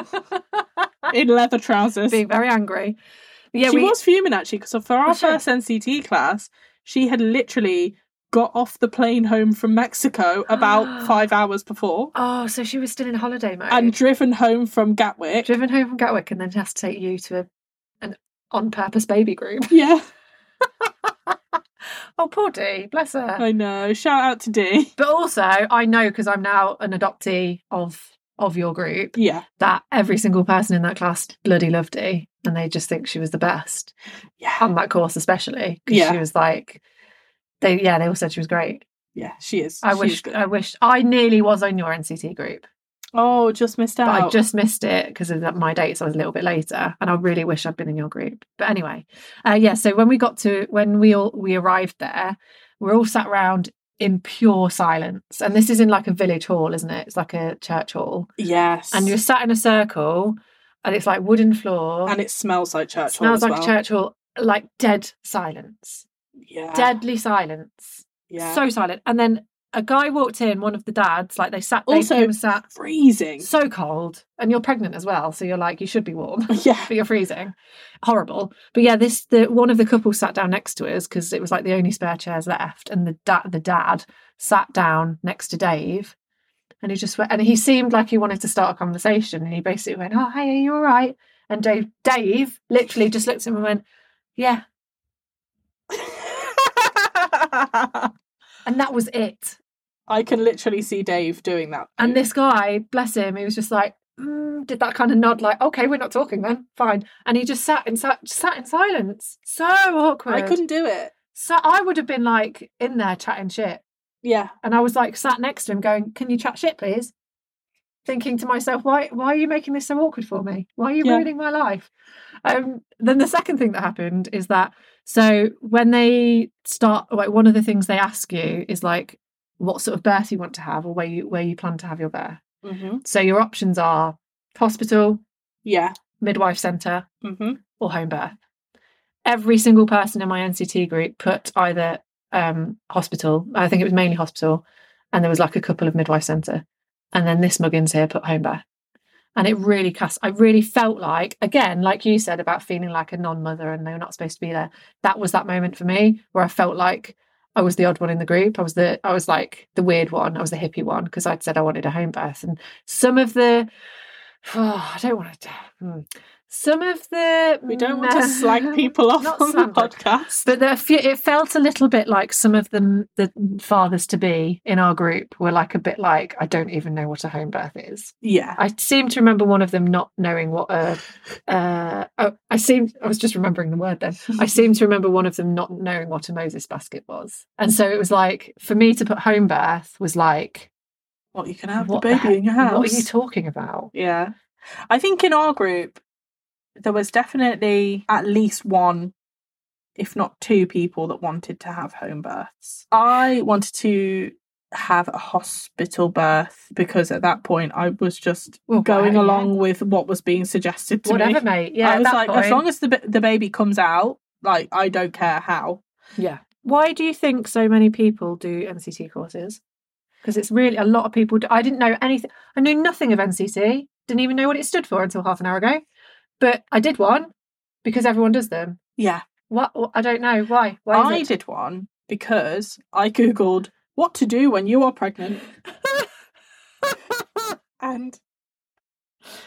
A: in leather trousers.
B: Being very angry. Yeah,
A: she
B: we.
A: was fuming actually because for our
B: Was she?
A: first NCT class, she had literally got off the plane home from Mexico about five hours before
B: Oh, so she was still in holiday mode.
A: and driven home from Gatwick.
B: driven home from Gatwick and then has to take you to a, an on purpose baby group.
A: Yeah,
B: Oh, poor Dee, bless her.
A: I know. Shout out to Dee.
B: But also, I know because I'm now an adoptee of of your group
A: Yeah,
B: that every single person in that class bloody loved Dee and they just think she was the best
A: yeah,
B: on that course, especially because
A: Yeah.
B: she was like, they yeah, they all said she was great.
A: yeah. She is.
B: I
A: She is
B: wish uh,
A: good.
B: I wish I nearly was on your NCT group,
A: Oh, just missed
B: but
A: out.
B: I just missed it because of that- my dates. I was a little bit later, and I really wish I'd been in your group. But anyway, uh, yeah. So when we got to when we all we arrived there, we're all sat round in pure silence, and this is in like a village hall, isn't it? It's like a church hall,
A: yes,
B: and you're sat in a circle, and it's like wooden floor,
A: and it smells like church. hall as
B: smells like
A: well.
B: a church hall, like dead silence,
A: Yeah,
B: deadly silence.
A: Yeah,
B: so silent. And then a guy walked in, one of the dads, like they sat, they
A: Also-
B: came and sat
A: freezing.
B: so cold, and you're pregnant as well, so you're like you should be warm,
A: yeah,
B: but you're freezing, horrible. But yeah, this the one of the couple sat down next to us because it was like the only spare chairs left, and the dad the dad sat down next to Dave. And he just went, and he seemed like he wanted to start a conversation. And he basically went, "Oh, hey, are you all right?" And Dave, Dave, literally just looked at him and went, "Yeah," and that was it.
A: I can literally see Dave doing that.
B: And this guy, bless him, he was just like, mm, did that kind of nod, like, okay, we're not talking then, fine. And he just sat in sat, sat in silence, so awkward.
A: I couldn't do it.
B: So I would have been like in there chatting shit,
A: Yeah,
B: and I was like sat next to him, going, "Can you chat shit, please?" Thinking to myself, why why are you making this so awkward for me? Why are you
A: Yeah.
B: ruining my life? Um, then the second thing that happened is that so when they start, like one of the things they ask you is like, what sort of birth you want to have, or where you where you plan to have your birth.
A: mm-hmm.
B: So your options are hospital,
A: yeah,
B: midwife centre,
A: mm-hmm.
B: or home birth. Every single person in my NCT group put either um, hospital, I think it was mainly hospital, and there was like a couple of midwife centre. And then this muggins here put home birth. And it really cast, I really felt like, again, like you said about feeling like a non mother and they're not supposed to be there. That was that moment for me where I felt like I was the odd one in the group. I was the, I was like the weird one. I was the hippie one because I'd said I wanted a home birth. And some of the, I don't want to, some of the.
A: We don't want to slag people off
B: Not
A: on the
B: slander.
A: podcast.
B: But there are a few, it felt a little bit like some of the the fathers to be in our group were like a bit like I don't even know what a home birth is.
A: Yeah,
B: I seem to remember one of them not knowing what a uh, oh, I seem I was just remembering the word then. I seem to remember one of them not knowing what a Moses basket was, and so it was like for me to put home birth was like
A: well, you can have
B: what
A: the
B: the
A: baby in your house.
B: what are you talking about?
A: Yeah. I think in our group, there was definitely at least one, if not two people that wanted to have home births. I wanted to have a hospital birth because at that point I was just
B: Well,
A: going
B: yeah.
A: along with what was being suggested to
B: whatever,
A: me.
B: mate. Yeah,
A: I
B: at
A: was
B: that
A: like, as
B: point-
A: long as the, ba- the baby comes out, like, I don't care how.
B: Yeah. Why do you think so many people do NCT courses? Because it's really a lot of people. Do, I didn't know anything. I knew nothing of NCT. Didn't even know what it stood for until half an hour ago. But I did one because everyone does them.
A: Yeah.
B: What I don't know why. Why
A: I
B: is
A: did one because I Googled what to do when you are pregnant
B: it?
A: and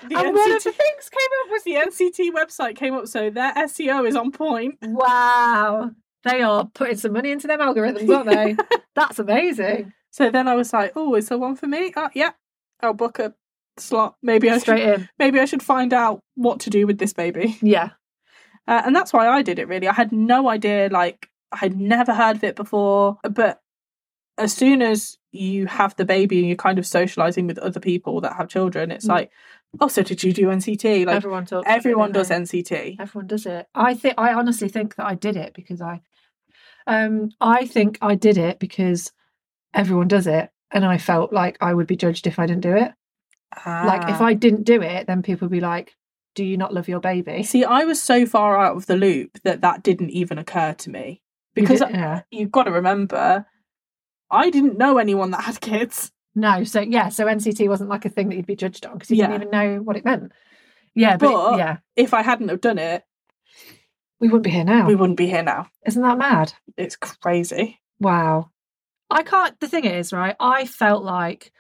A: the
B: and one of the things came up was
A: the NCT website came up, so their SEO is on point.
B: wow. They are putting some money into them algorithms, aren't they? That's amazing.
A: So then I was like, "Oh, is there one for me? Oh, yeah, I'll book a slot. Maybe I
B: Straight
A: should,
B: in.
A: maybe I should find out what to do with this baby."
B: Yeah.
A: Uh, and that's why I did it. Really, I had no idea. Like, I had never heard of it before. But as soon as you have the baby and you're kind of socializing with other people that have children, it's
B: Mm.
A: like, "Oh, so did you do NCT?" Like,
B: everyone talks. about it,
A: everyone
B: don't
A: does
B: they?
A: NCT.
B: Everyone does it. I think I honestly think that I did it because I um I think I did it because everyone does it and I felt like I would be judged if I didn't do it. Like if
A: Ah,
B: I didn't do it, then people would be like, do you not love your baby?
A: See, I was so far out of the loop that that didn't even occur to me because
B: yeah.
A: you've got to remember, I didn't know anyone that had kids.
B: No, so yeah, so NCT wasn't like a thing that you'd be judged on because you
A: Yeah.
B: didn't even know what it meant. Yeah, but, it-
A: But-
B: yeah,
A: If I hadn't have done it,
B: we wouldn't be here now.
A: we wouldn't be here now.
B: Isn't that mad?
A: It's crazy.
B: Wow. I can't. The thing is, right? I felt like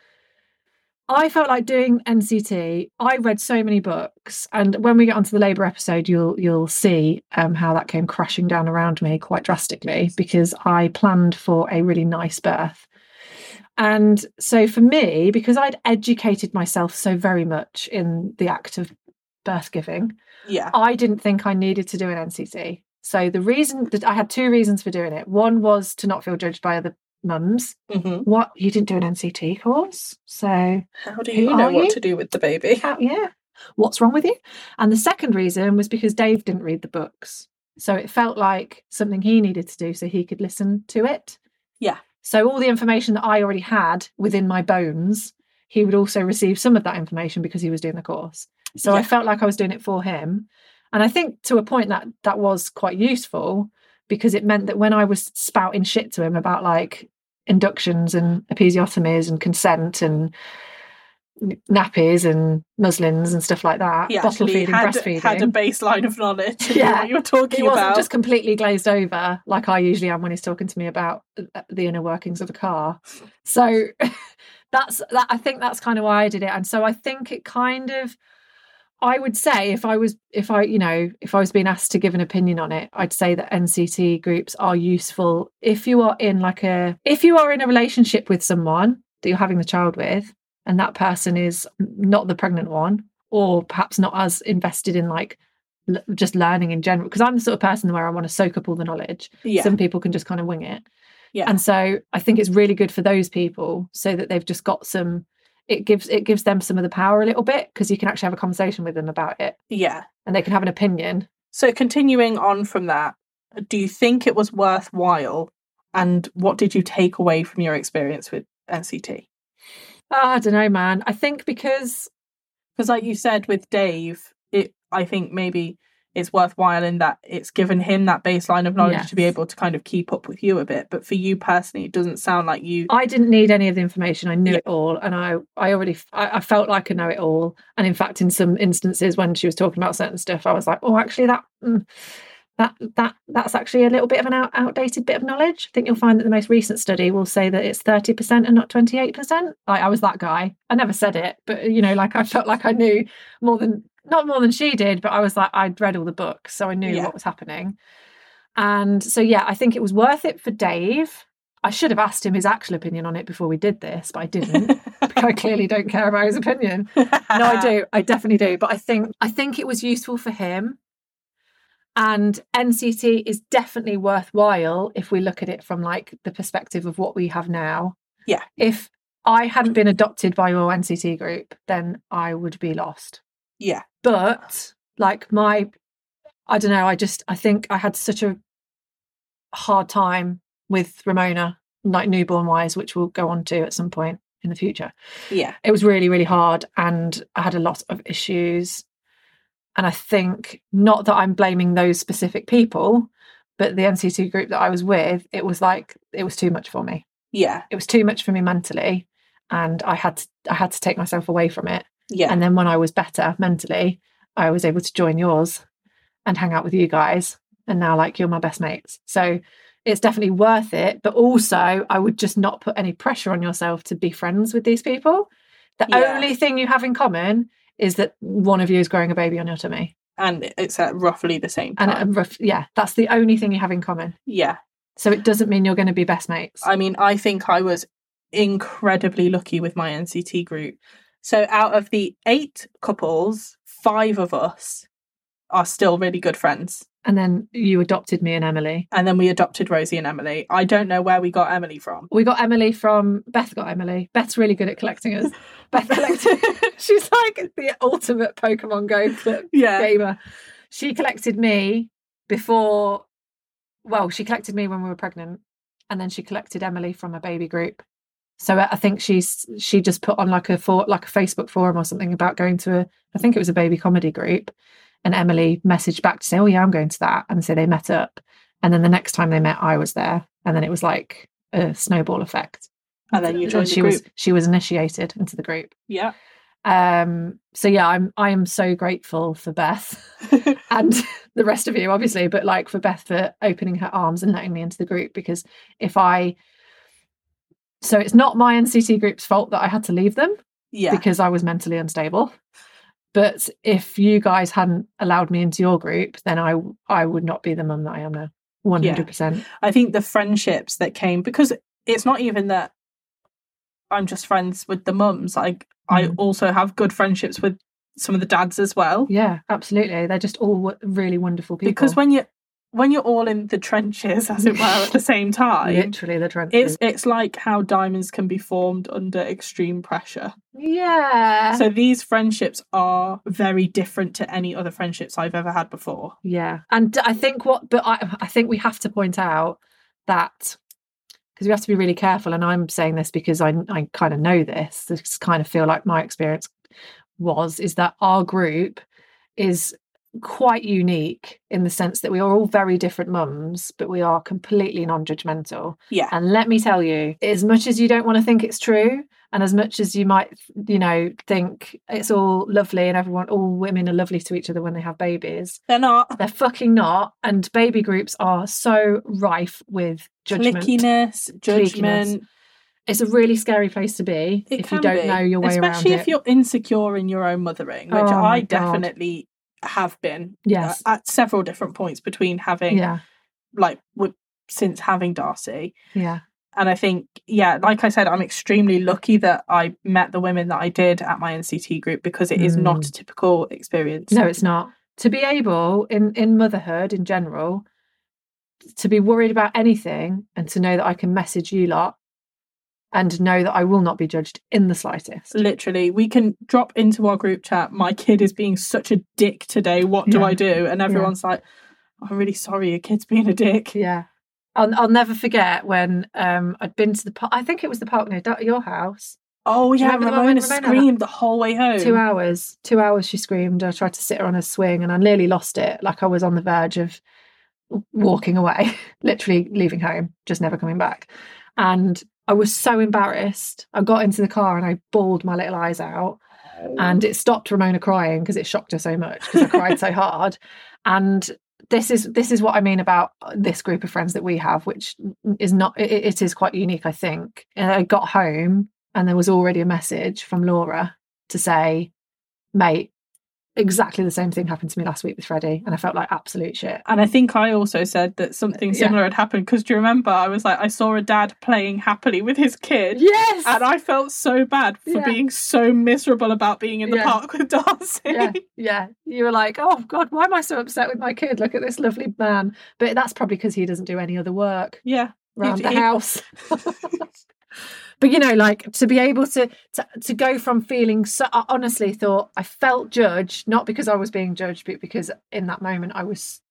B: I felt like doing NCT. I read so many books, and when we get onto the labour episode, you'll you'll see um, how that came crashing down around me quite drastically because I planned for a really nice birth. And so for me, because I'd educated myself so very much in the act of birth giving,
A: Yeah.
B: I didn't think I needed to do an NCT. So the reason that I had two reasons for doing it. One was to not feel judged by other mums.
A: Mm-hmm.
B: What you didn't do an NCT course, so
A: How do
B: Who
A: you know
B: are
A: what
B: you?
A: to do with the baby?
B: how, yeah, what's wrong with you? And the second reason was because Dave didn't read the books, so it felt like something he needed to do so he could listen to it.
A: Yeah.
B: So all the information that I already had within my bones, he would also receive some of that information because he was doing the course. So I
A: Yeah.
B: felt like I was doing it for him. And I think to a point that that was quite useful because it meant that when I was spouting shit to him about like inductions and episiotomies and consent and n- nappies and muslins and stuff like that,
A: He
B: bottle
A: actually
B: feeding,
A: had,
B: breastfeeding.
A: had a baseline of knowledge. and knew
B: Yeah.
A: What you're talking
B: he wasn't
A: about.
B: just completely glazed over like I usually am when he's talking to me about uh, the inner workings of a car. So that's that. I think that's kind of why I did it, and so I think it kind of. I would say if I was if I you know if I was being asked to give an opinion on it, I'd say that NCT groups are useful if you are in like a if you are in a relationship with someone that you're having the child with, and that person is not the pregnant one, or perhaps not as invested in like l- just learning in general. Because I'm the sort of person where I want to soak up all the knowledge.
A: yeah.
B: Some people can just kind of wing it.
A: Yeah.
B: And so I think it's really good for those people so that they've just got some it gives it gives them some of the power a little bit because you can actually have a conversation with them about it
A: yeah.
B: and they can have an opinion.
A: So continuing on from that, do you think it was worthwhile? And what did you take away from your experience with NCT?
B: Ah, I don't know, man. I think because
A: because like you said with dave it i think maybe it's worthwhile in that it's given him that baseline of knowledge to be
B: Yes.
A: able to kind of keep up with you a bit but for you personally it doesn't sound like you
B: I didn't need any of the information. I knew
A: Yeah.
B: it all, and I I already f- I, I felt like I know it all. And in fact, in some instances when she was talking about certain stuff, I was like, oh, actually that. mm, that, that that's actually a little bit of an out, outdated bit of knowledge. I think you'll find that the most recent study will say that it's thirty percent and not twenty eight percent. Like I was that guy. I never said it, but you know, like I felt like I knew more than not more than she did. But I was like I'd read all the books, so I knew
A: Yeah.
B: what was happening. And so yeah, I think it was worth it for Dave. I should have asked him his actual opinion on it before we did this, but I didn't. I clearly don't care about his opinion. No, I do. I definitely do. But I think I think it was useful for him. And NCT is definitely worthwhile if we look at it from like the perspective of what we have now.
A: Yeah.
B: If I hadn't been adopted by your NCT group, then I would be lost
A: yeah
B: but like my i don't know i just i think i had such a hard time with ramona like newborn wise which we'll go on to at some point in the future
A: yeah
B: it was really really hard and i had a lot of issues and i think not that i'm blaming those specific people but the nct group that i was with it was like it was too much for me
A: yeah
B: it was too much for me mentally and i had to, i had to take myself away from it
A: yeah
B: and then when I was better mentally, I was able to join yours and hang out with you guys. And now, like, you're my best mates. So it's definitely worth it. But also, I would just not put any pressure on yourself to be friends with these people. The
A: Yeah.
B: only thing you have in common is that one of you is growing a baby on your tummy.
A: and it's at roughly the same
B: And
A: time
B: uh, rough- yeah, that's the only thing you have in common.
A: yeah
B: So it doesn't mean you're going to be best mates.
A: I mean, I think I was incredibly lucky with my NCT group. So out of the eight couples, five of us are still really good friends.
B: and then you adopted me and Emily.
A: And then we adopted Rosie and Emily. I don't know where we got Emily from.
B: We got Emily from Beth. Got Emily. Beth's really good at collecting us. Beth collected. She's like the ultimate Pokemon Go cl-
A: Yeah.
B: gamer. She collected me before. Well, she collected me when we were pregnant, and then she collected Emily from a baby group, So uh, I I think she's she just put on like a for, like a Facebook forum or something about going to a I think it was a baby comedy group, and Emily messaged back to say, "Oh yeah, I'm going to that," and so they met up, and then the next time they met, I was there, and then it was like a snowball effect.
A: And then you
B: And
A: join the
B: she
A: group.
B: was she was initiated into the group.
A: Yeah.
B: Um, so yeah, I'm I am so grateful for Beth and the rest of you, obviously, but like for Beth for opening her arms and letting me into the group because if I so it's not my NCT group's fault that I had to leave them
A: Yeah.
B: because I was mentally unstable. But if you guys hadn't allowed me into your group, then I I would not be the mum that I am now. One hundred percent.
A: I think the friendships that came because it's not even that I'm just friends with the mums. Like I
B: Mm.
A: also have good friendships with some of the dads as well.
B: Yeah, absolutely. They're just all wo- really wonderful people.
A: Because when you when you're all in the trenches, as it were, at the same time,
B: literally the trenches.
A: it's it's like how diamonds can be formed under extreme pressure.
B: yeah.
A: So these friendships are very different to any other friendships I've ever had before.
B: Yeah. And I think what, but I, I think we have to point out that because we have to be really careful. And I'm saying this because I, I kind of know this. This kind of feel like my experience was is that our group is quite unique in the sense that we are all very different mums, but we are completely non-judgmental.
A: Yeah.
B: And let me tell you, as much as you don't want to think it's true, and as much as you might, you know, think it's all lovely and everyone, all women are lovely to each other when they have babies.
A: They're not
B: They're fucking not. And baby groups are so rife with judgment.
A: clickiness, judgment.
B: It's a really scary place to be
A: It
B: if
A: can
B: you don't
A: be.
B: know your way
A: especially
B: around
A: if
B: it.
A: you're insecure in your own mothering, which
B: Oh
A: I
B: my God.
A: definitely have been
B: Yes.
A: uh, at several different points between having
B: Yeah.
A: like with, since having Darcy.
B: Yeah.
A: And I think, yeah, like I said, I'm extremely lucky that I met the women that I did at my NCT group because it is not a typical experience.
B: Mm. No, it's not. To be able in in motherhood in general to be worried about anything and to know that I can message you lot and know that I will not be judged in the slightest.
A: Literally, we can drop into our group chat. My kid is being such a dick today. What do
B: Yeah.
A: I do? And everyone's like, I'm really sorry, your kid's being a dick.
B: Yeah. I'll, I'll never forget when um, I'd been to the park. I think it was the park near da- your house.
A: Oh,
B: Do you
A: yeah,
B: remember the
A: Ramona,
B: moment Ramona-
A: screamed the whole way home.
B: two hours two hours she screamed i tried to sit her on a swing and i nearly lost it like i was on the verge of w- walking away literally leaving home just never coming back and i was so embarrassed i got into the car and i bawled my little eyes out and it stopped ramona crying because it shocked her so much because i cried so hard and this is this is what i mean about this group of friends that we have which is not it, it is quite unique i think and i got home and there was already a message from laura to say, mate, exactly the same thing happened to me last week with Freddie. And I felt like absolute shit.
A: And I think I also said that something
B: Uh, Yeah.
A: similar had happened because do you remember? I was like, I saw a dad playing happily with his kid.
B: Yes.
A: And I felt so bad for
B: Yeah.
A: being so miserable about being in the
B: Yeah.
A: park with Darcy.
B: yeah, yeah. You were like, oh God, why am I so upset with my kid? Look at this lovely man. But that's probably because he doesn't do any other work
A: Yeah.
B: around the
A: he-
B: house. but you know, like to be able to to, to go from feeling so I honestly thought I felt judged, not because I was being judged, but because in that moment I was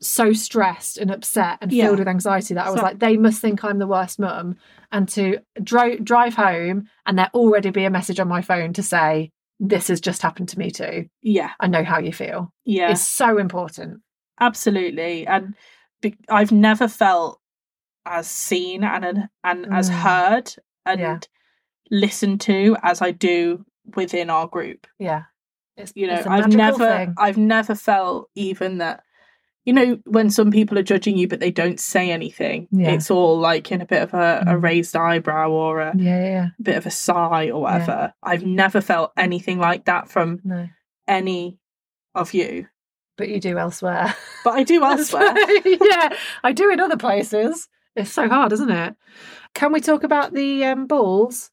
B: so stressed and upset and
A: Yeah.
B: filled with anxiety that I was
A: So-
B: like, they must think I'm the worst mum. And to dro- drive home and there already be a message on my phone to say, this has just happened to me too.
A: Yeah.
B: I know how you feel.
A: Yeah.
B: It's so important.
A: Absolutely. And be- I've never felt as seen and, and, and as
B: Mm.
A: heard and
B: Yeah.
A: listened to as I do within our group.
B: Yeah. It's
A: you know
B: it's a
A: i've
B: magical
A: never
B: thing.
A: i've never felt even that you know when some people are judging you but they don't say anything
B: Yeah.
A: it's all like in a bit of a, a
B: Mm.
A: raised eyebrow or a
B: Yeah, yeah, yeah.
A: bit of a sigh or whatever i've never felt anything like that from
B: No.
A: any of you
B: But you do elsewhere.
A: but i do elsewhere
B: yeah, I do in other places. It's so hard, isn't it? Can we talk about the um, balls?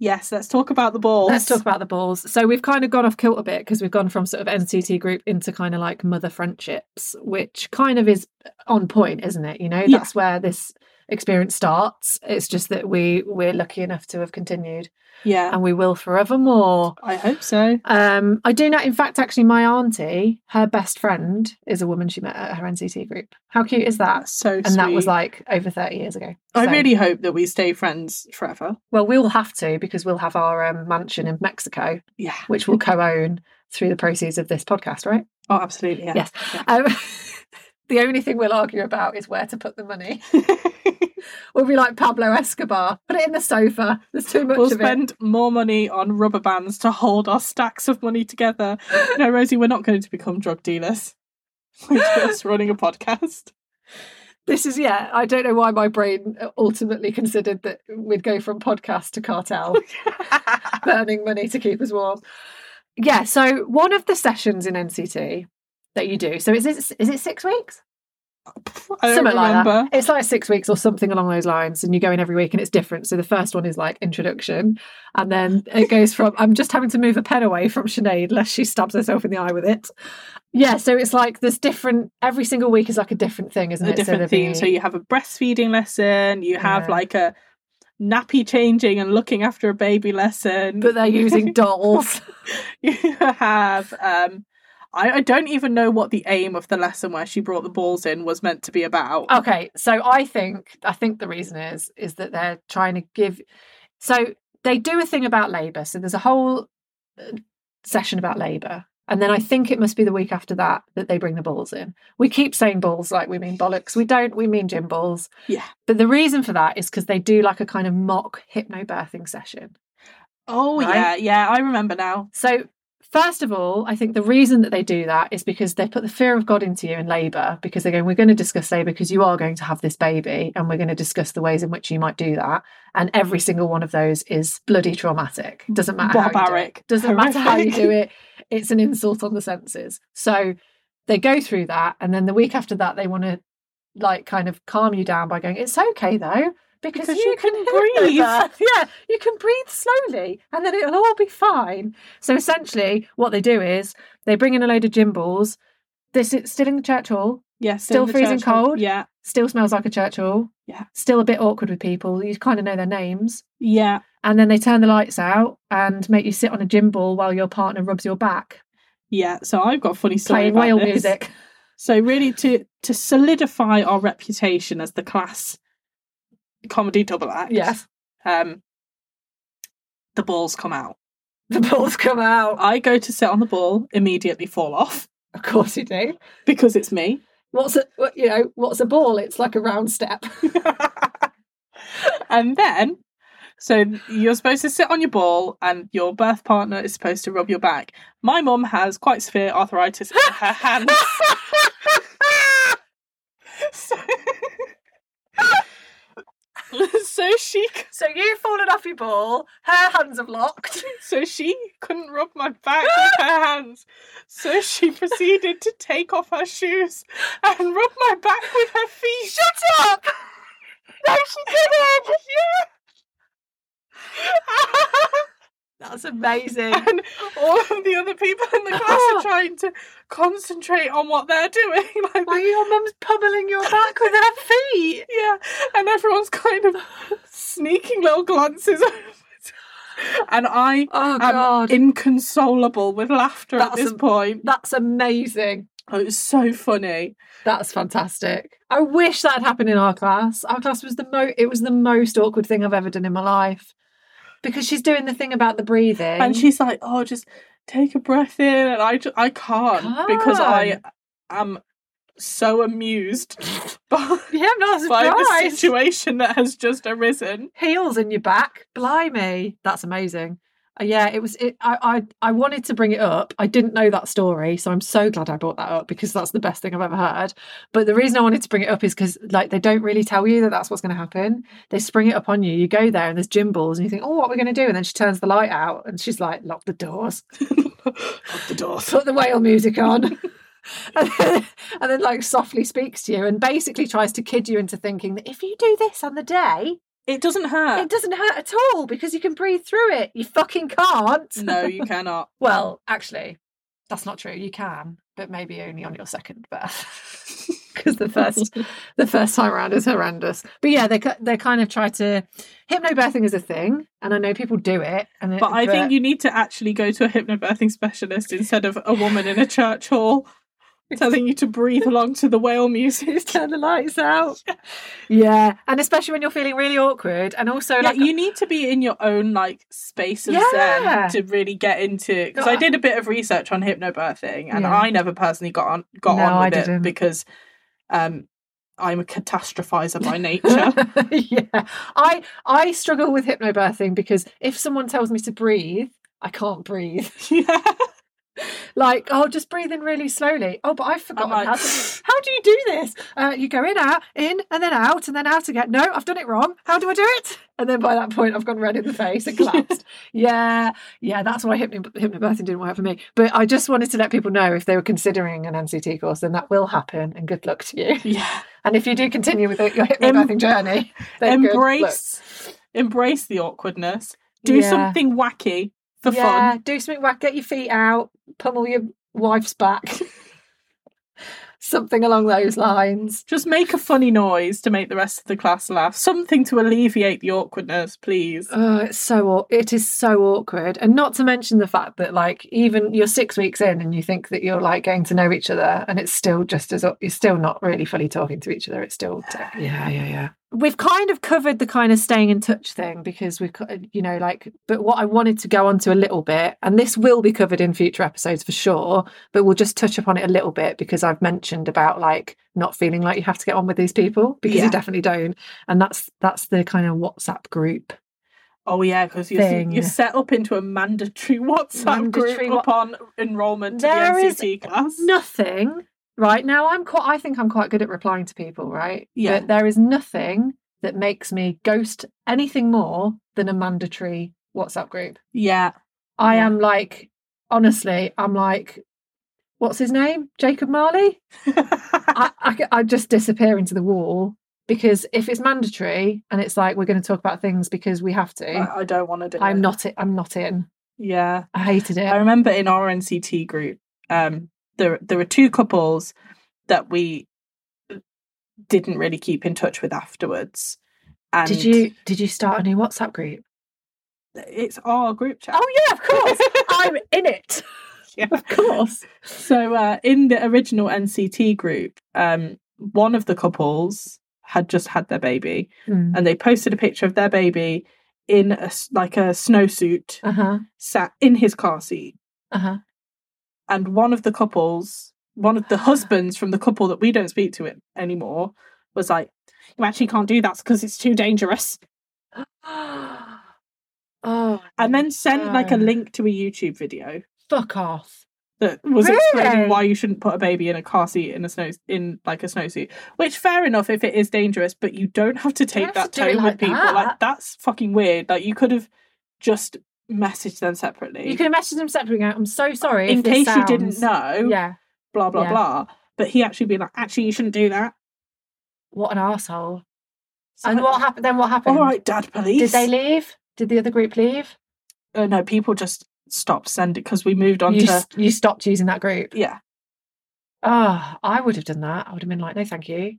A: yes let's talk about the balls
B: Let's talk about the balls. So we've kind of gone off kilt a bit because we've gone from sort of NCT group into kind of like mother friendships, which kind of is on point, isn't it? You know,
A: Yeah.
B: that's where this experience starts. It's just that we we're lucky enough to have continued,
A: Yeah,
B: and we will forevermore.
A: I hope so.
B: Um, I do know. In fact, actually, my auntie, her best friend, is a woman she met at her NCT group. How cute is that?
A: That's so
B: And that was
A: sweet.
B: like over thirty years ago.
A: I
B: So-
A: really hope that we stay friends forever.
B: well. We'll have to because we'll have our um, mansion in Mexico,
A: Yeah.
B: which we'll co-own through the proceeds of this podcast, right?
A: Oh, absolutely. Yeah.
B: Yes. Um, the only thing we'll argue about is where to put the money. We'll be like Pablo Escobar. Put it in the sofa. There's too much
A: we'll
B: of
A: spend more money on rubber bands to hold our stacks of money together.
B: it.
A: No, Rosie, we're not going to become drug dealers. We're just running a podcast.
B: This is yeah. I don't know why my brain ultimately considered that we'd go from podcast to cartel, burning money to keep us warm. Yeah. So one of the sessions in NCT that you do. So is it is it six weeks?
A: I don't
B: Something like that.
A: remember.
B: It's like six weeks or something along those lines, and you go in every week, and it's different. So the first one is like introduction, and then it goes from I'm just having to move a pen away from Sinead lest she stabs herself in the eye with it. Yeah, so it's like there's different. Every single week is like a different thing, isn't
A: a
B: it?
A: different
B: there'll
A: theme.
B: be-
A: So you have a breastfeeding lesson, you have
B: Yeah.
A: like a nappy changing and looking after a baby lesson.
B: but they're using dolls.
A: you have um I, I don't even know what the aim of the lesson where she brought the balls in was meant to be about.
B: okay, so I think I think the reason is is that they're trying to give. So they do a thing about labour. So there's a whole uh, session about labour, and then I think it must be the week after that that they bring the balls in. We keep saying balls like we mean bollocks. We don't. We mean gym balls.
A: Yeah.
B: But the reason for that is because they do like a kind of mock hypnobirthing session.
A: Oh
B: Right?
A: yeah, yeah, I remember now.
B: So, first of all, I think the reason that they do that is because they put the fear of God into you in labor because they're going, we're going to discuss labor because you are going to have this baby and we're going to discuss the ways in which you might do that. And every single one of those is bloody traumatic. Doesn't matter. How you do it.
A: Barbaric.
B: Doesn't matter how you
A: Horrific.
B: do it. It's an insult on the senses. So they go through that. And then the week after that, they want to like kind of calm you down by going, it's okay though. Because,
A: Because
B: you,
A: you can
B: can, breathe.
A: breathe.
B: Yeah, you can breathe slowly and then it'll all be fine. So essentially, what they do is they bring in a load of gym balls. This is still in the church hall,
A: Yeah,
B: Still
A: in the
B: freezing
A: church hall.
B: cold?
A: Yeah.
B: still smells like a church hall.
A: Yeah.
B: Still a bit awkward with people. You kind of know their names.
A: Yeah.
B: And then they turn the lights out and make you sit on a gym ball while your partner rubs your back,
A: Yeah. So I've got a funny story.
B: playing
A: about
B: whale
A: this.
B: music.
A: So really to to solidify our reputation as the class comedy double act.
B: Yes.
A: Um the balls come out.
B: The balls come out.
A: I go to sit on the ball, immediately fall off
B: Of course you do.
A: because it's me.
B: What's a what- you know, what's a ball? It's like a round step.
A: and then so you're supposed to sit on your ball and your birth partner is supposed to rub your back. My mum has quite severe arthritis in her hands. so, so she
B: so you've fallen off your ball, her hands have locked.
A: so she couldn't rub my back with her hands. So she proceeded to take off her shoes and rub my back with her feet.
B: Shut up!
A: No, she didn't.
B: That's amazing.
A: and all of the other people in the class are trying to concentrate on what they're doing. Like,
B: Why your mum's pummeling your back with her feet?
A: yeah, and everyone's kind of sneaking little glances. over. and I
B: Oh
A: am
B: god.
A: inconsolable with laughter at
B: That's
A: this
B: a-
A: point.
B: That's amazing.
A: Oh, it was so funny.
B: That's fantastic. I wish that had happened in our class. Our class was the mo it was the most awkward thing I've ever done in my life. Because she's doing the thing about the breathing.
A: And she's like, "Oh, just take a breath in," and I, ju- I can't because I am so amused by,
B: Yeah, I'm not
A: by the
B: surprised.
A: situation that has just arisen.
B: heels in your back. Blimey, that's amazing. Uh, yeah, it was. It, I, I I wanted to bring it up. I didn't know that story, so I'm so glad I brought that up because that's the best thing I've ever heard. But the reason I wanted to bring it up is because like they don't really tell you that that's what's going to happen. They spring it up on you. You go there and there's gym balls, and you think, oh, what are we going to do? And then she turns the light out, and she's like, lock the doors
A: Lock the doors.
B: put the whale music on. And then, and then, like, softly speaks to you and basically tries to kid you into thinking that if you do this on the day,
A: It doesn't hurt.
B: it doesn't hurt at all because you can breathe through it. You fucking can't.
A: no, you cannot.
B: Well, Mm, actually, That's not true. You can, but maybe only on your second birth. Because the first the first time around is horrendous. But yeah, they ki- they kind of try to hypnobirthing is a thing, and I know people do it. And it-
A: But I think you need to actually go to a hypnobirthing specialist instead of a woman in a church hall telling you to breathe along to the whale music.
B: turn the lights out. yeah, and especially when you're feeling really awkward, and also
A: Yeah,
B: like
A: you need to be in your own like space of
B: Yeah.
A: zen to really get into. Because
B: No,
A: I did a bit of research on hypnobirthing, and
B: Yeah.
A: I never personally got on got
B: No,
A: on
B: I
A: with it
B: didn't.
A: because um, I'm a catastrophizer by nature.
B: yeah, I I struggle with hypnobirthing because if someone tells me to breathe, I can't breathe.
A: yeah,
B: Like, oh, just breathe in really slowly. Oh, but I've
A: I'm
B: forgotten
A: like,
B: how to. How do you do this? Uh, you go in, out, in, and then out, and then out again. No, I've done it wrong. How do I do it? And then by that point, I've gone red in the face and collapsed. yeah, yeah, that's why hypno- hypnobirthing didn't work for me. But I just wanted to let people know if they were considering an NCT course, then that will happen, and good luck to you.
A: yeah.
B: And if you do continue with your hypnobirthing journey, then good luck.
A: Embrace, embrace the awkwardness. Do
B: Yeah.
A: something wacky for
B: yeah,
A: fun.
B: do something whack, get your feet out, pummel your wife's back. something along those lines.
A: Just make a funny noise to make the rest of the class laugh. Something to alleviate the awkwardness, please.
B: Oh, it's so aw- it is so awkward, and not to mention the fact that like even you're six weeks in and you think that you're like getting to know each other, and it's still just as aw- you're still not really fully talking to each other. It's still te- yeah, yeah, yeah. We've kind of covered the kind of staying in touch thing because we've co- you know like, but what I wanted to go on to a little bit, and this will be covered in future episodes for sure, but we'll just touch upon it a little bit because I've mentioned about like not feeling like you have to get on with these people because
A: Yeah.
B: you definitely don't, and that's that's the kind of WhatsApp group.
A: Oh yeah, because you're,
B: thing.
A: you're set up into a mandatory WhatsApp
B: Mandatory
A: group
B: wha-
A: upon enrolment to
B: There
A: the
B: is
A: NCT class.
B: nothing right now i'm quite i think i'm quite good at replying to people right
A: Yeah.
B: but there is nothing that makes me ghost anything more than a mandatory whatsapp group
A: Yeah,
B: i
A: Yeah.
B: am like honestly i'm like what's his name jacob marley I, I c- I just disappear into the wall because if it's mandatory and it's like we're going to talk about things because we have to
A: I, I don't want to do.
B: i'm
A: it.
B: not it i'm not in
A: Yeah,
B: i hated it
A: I remember in our NCT group, um, there there were two couples that we didn't really keep in touch with afterwards. And
B: did you did you start a new whatsapp group
A: It's our group chat.
B: oh yeah of course i'm in it
A: Yeah.
B: of course.
A: So uh, in the original NCT group, um, one of the couples had just had their baby,
B: Mm.
A: and they posted a picture of their baby in a s like a snowsuit
B: Uh huh.
A: sat in his car seat
B: Uh huh.
A: and one of the couples one of the husbands from the couple that we don't speak to it anymore was like you actually can't do that because it's too dangerous
B: Oh,
A: and then sent like a
B: no.
A: link to a youtube video
B: Fuck off.
A: that was explaining
B: Really?
A: why you shouldn't put a baby in a car seat in a snow in like a snowsuit which fair enough if it is dangerous but you don't have to take
B: have
A: that
B: to do it
A: tone with
B: like
A: people like
B: that.
A: that's fucking weird like you could have just messaged them separately
B: You can message them separately. and go, I'm so sorry.
A: in
B: if this
A: case you didn't
B: sounds-"
A: know
B: Yeah.
A: blah blah
B: Yeah.
A: blah. But he actually being like, actually, you shouldn't do that.
B: What an asshole.
A: So
B: and
A: like,
B: what happened? Then what happened?
A: All right, Dad, police.
B: Did they leave? Did the other group leave?
A: Uh, no, people just stopped sending because we moved on
B: You,
A: to
B: s- you stopped using that group.
A: yeah.
B: Oh, I would have done that. I would have been like, no, thank you.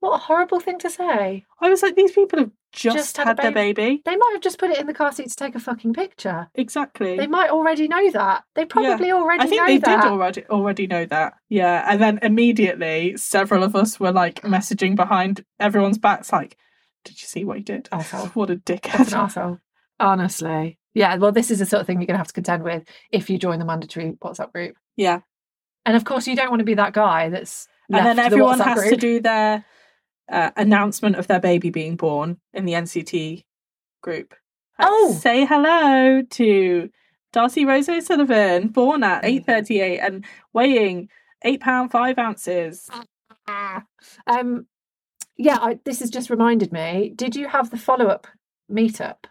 B: What a horrible thing to say.
A: I was like, these people have just,
B: Just
A: had,
B: had a
A: their baby.
B: They might have just put it in the car seat to take a fucking picture.
A: Exactly.
B: They might already know that. They probably already
A: I think
B: know
A: they
B: that.
A: did already already know that. Yeah, and then immediately several of us were like messaging behind everyone's backs, like, "Did you see what he did?
B: Asshole.
A: What a
B: That's an
A: dickhead!"
B: arsehole. Honestly. Yeah, well, this is the sort of thing you're going to have to contend with if you join the mandatory WhatsApp group.
A: Yeah,
B: And of course, you don't want to be that guy that's.
A: and then
B: left the
A: everyone
B: WhatsApp
A: has to
B: group.
A: do their uh, announcement of their baby being born in the NCT group. And
B: Oh.
A: say hello to Darcy Rose O'Sullivan, born at eight thirty-eight and weighing eight pound five ounces.
B: Ah. Um, yeah, I, this has just reminded me. Did you have the follow up meetup?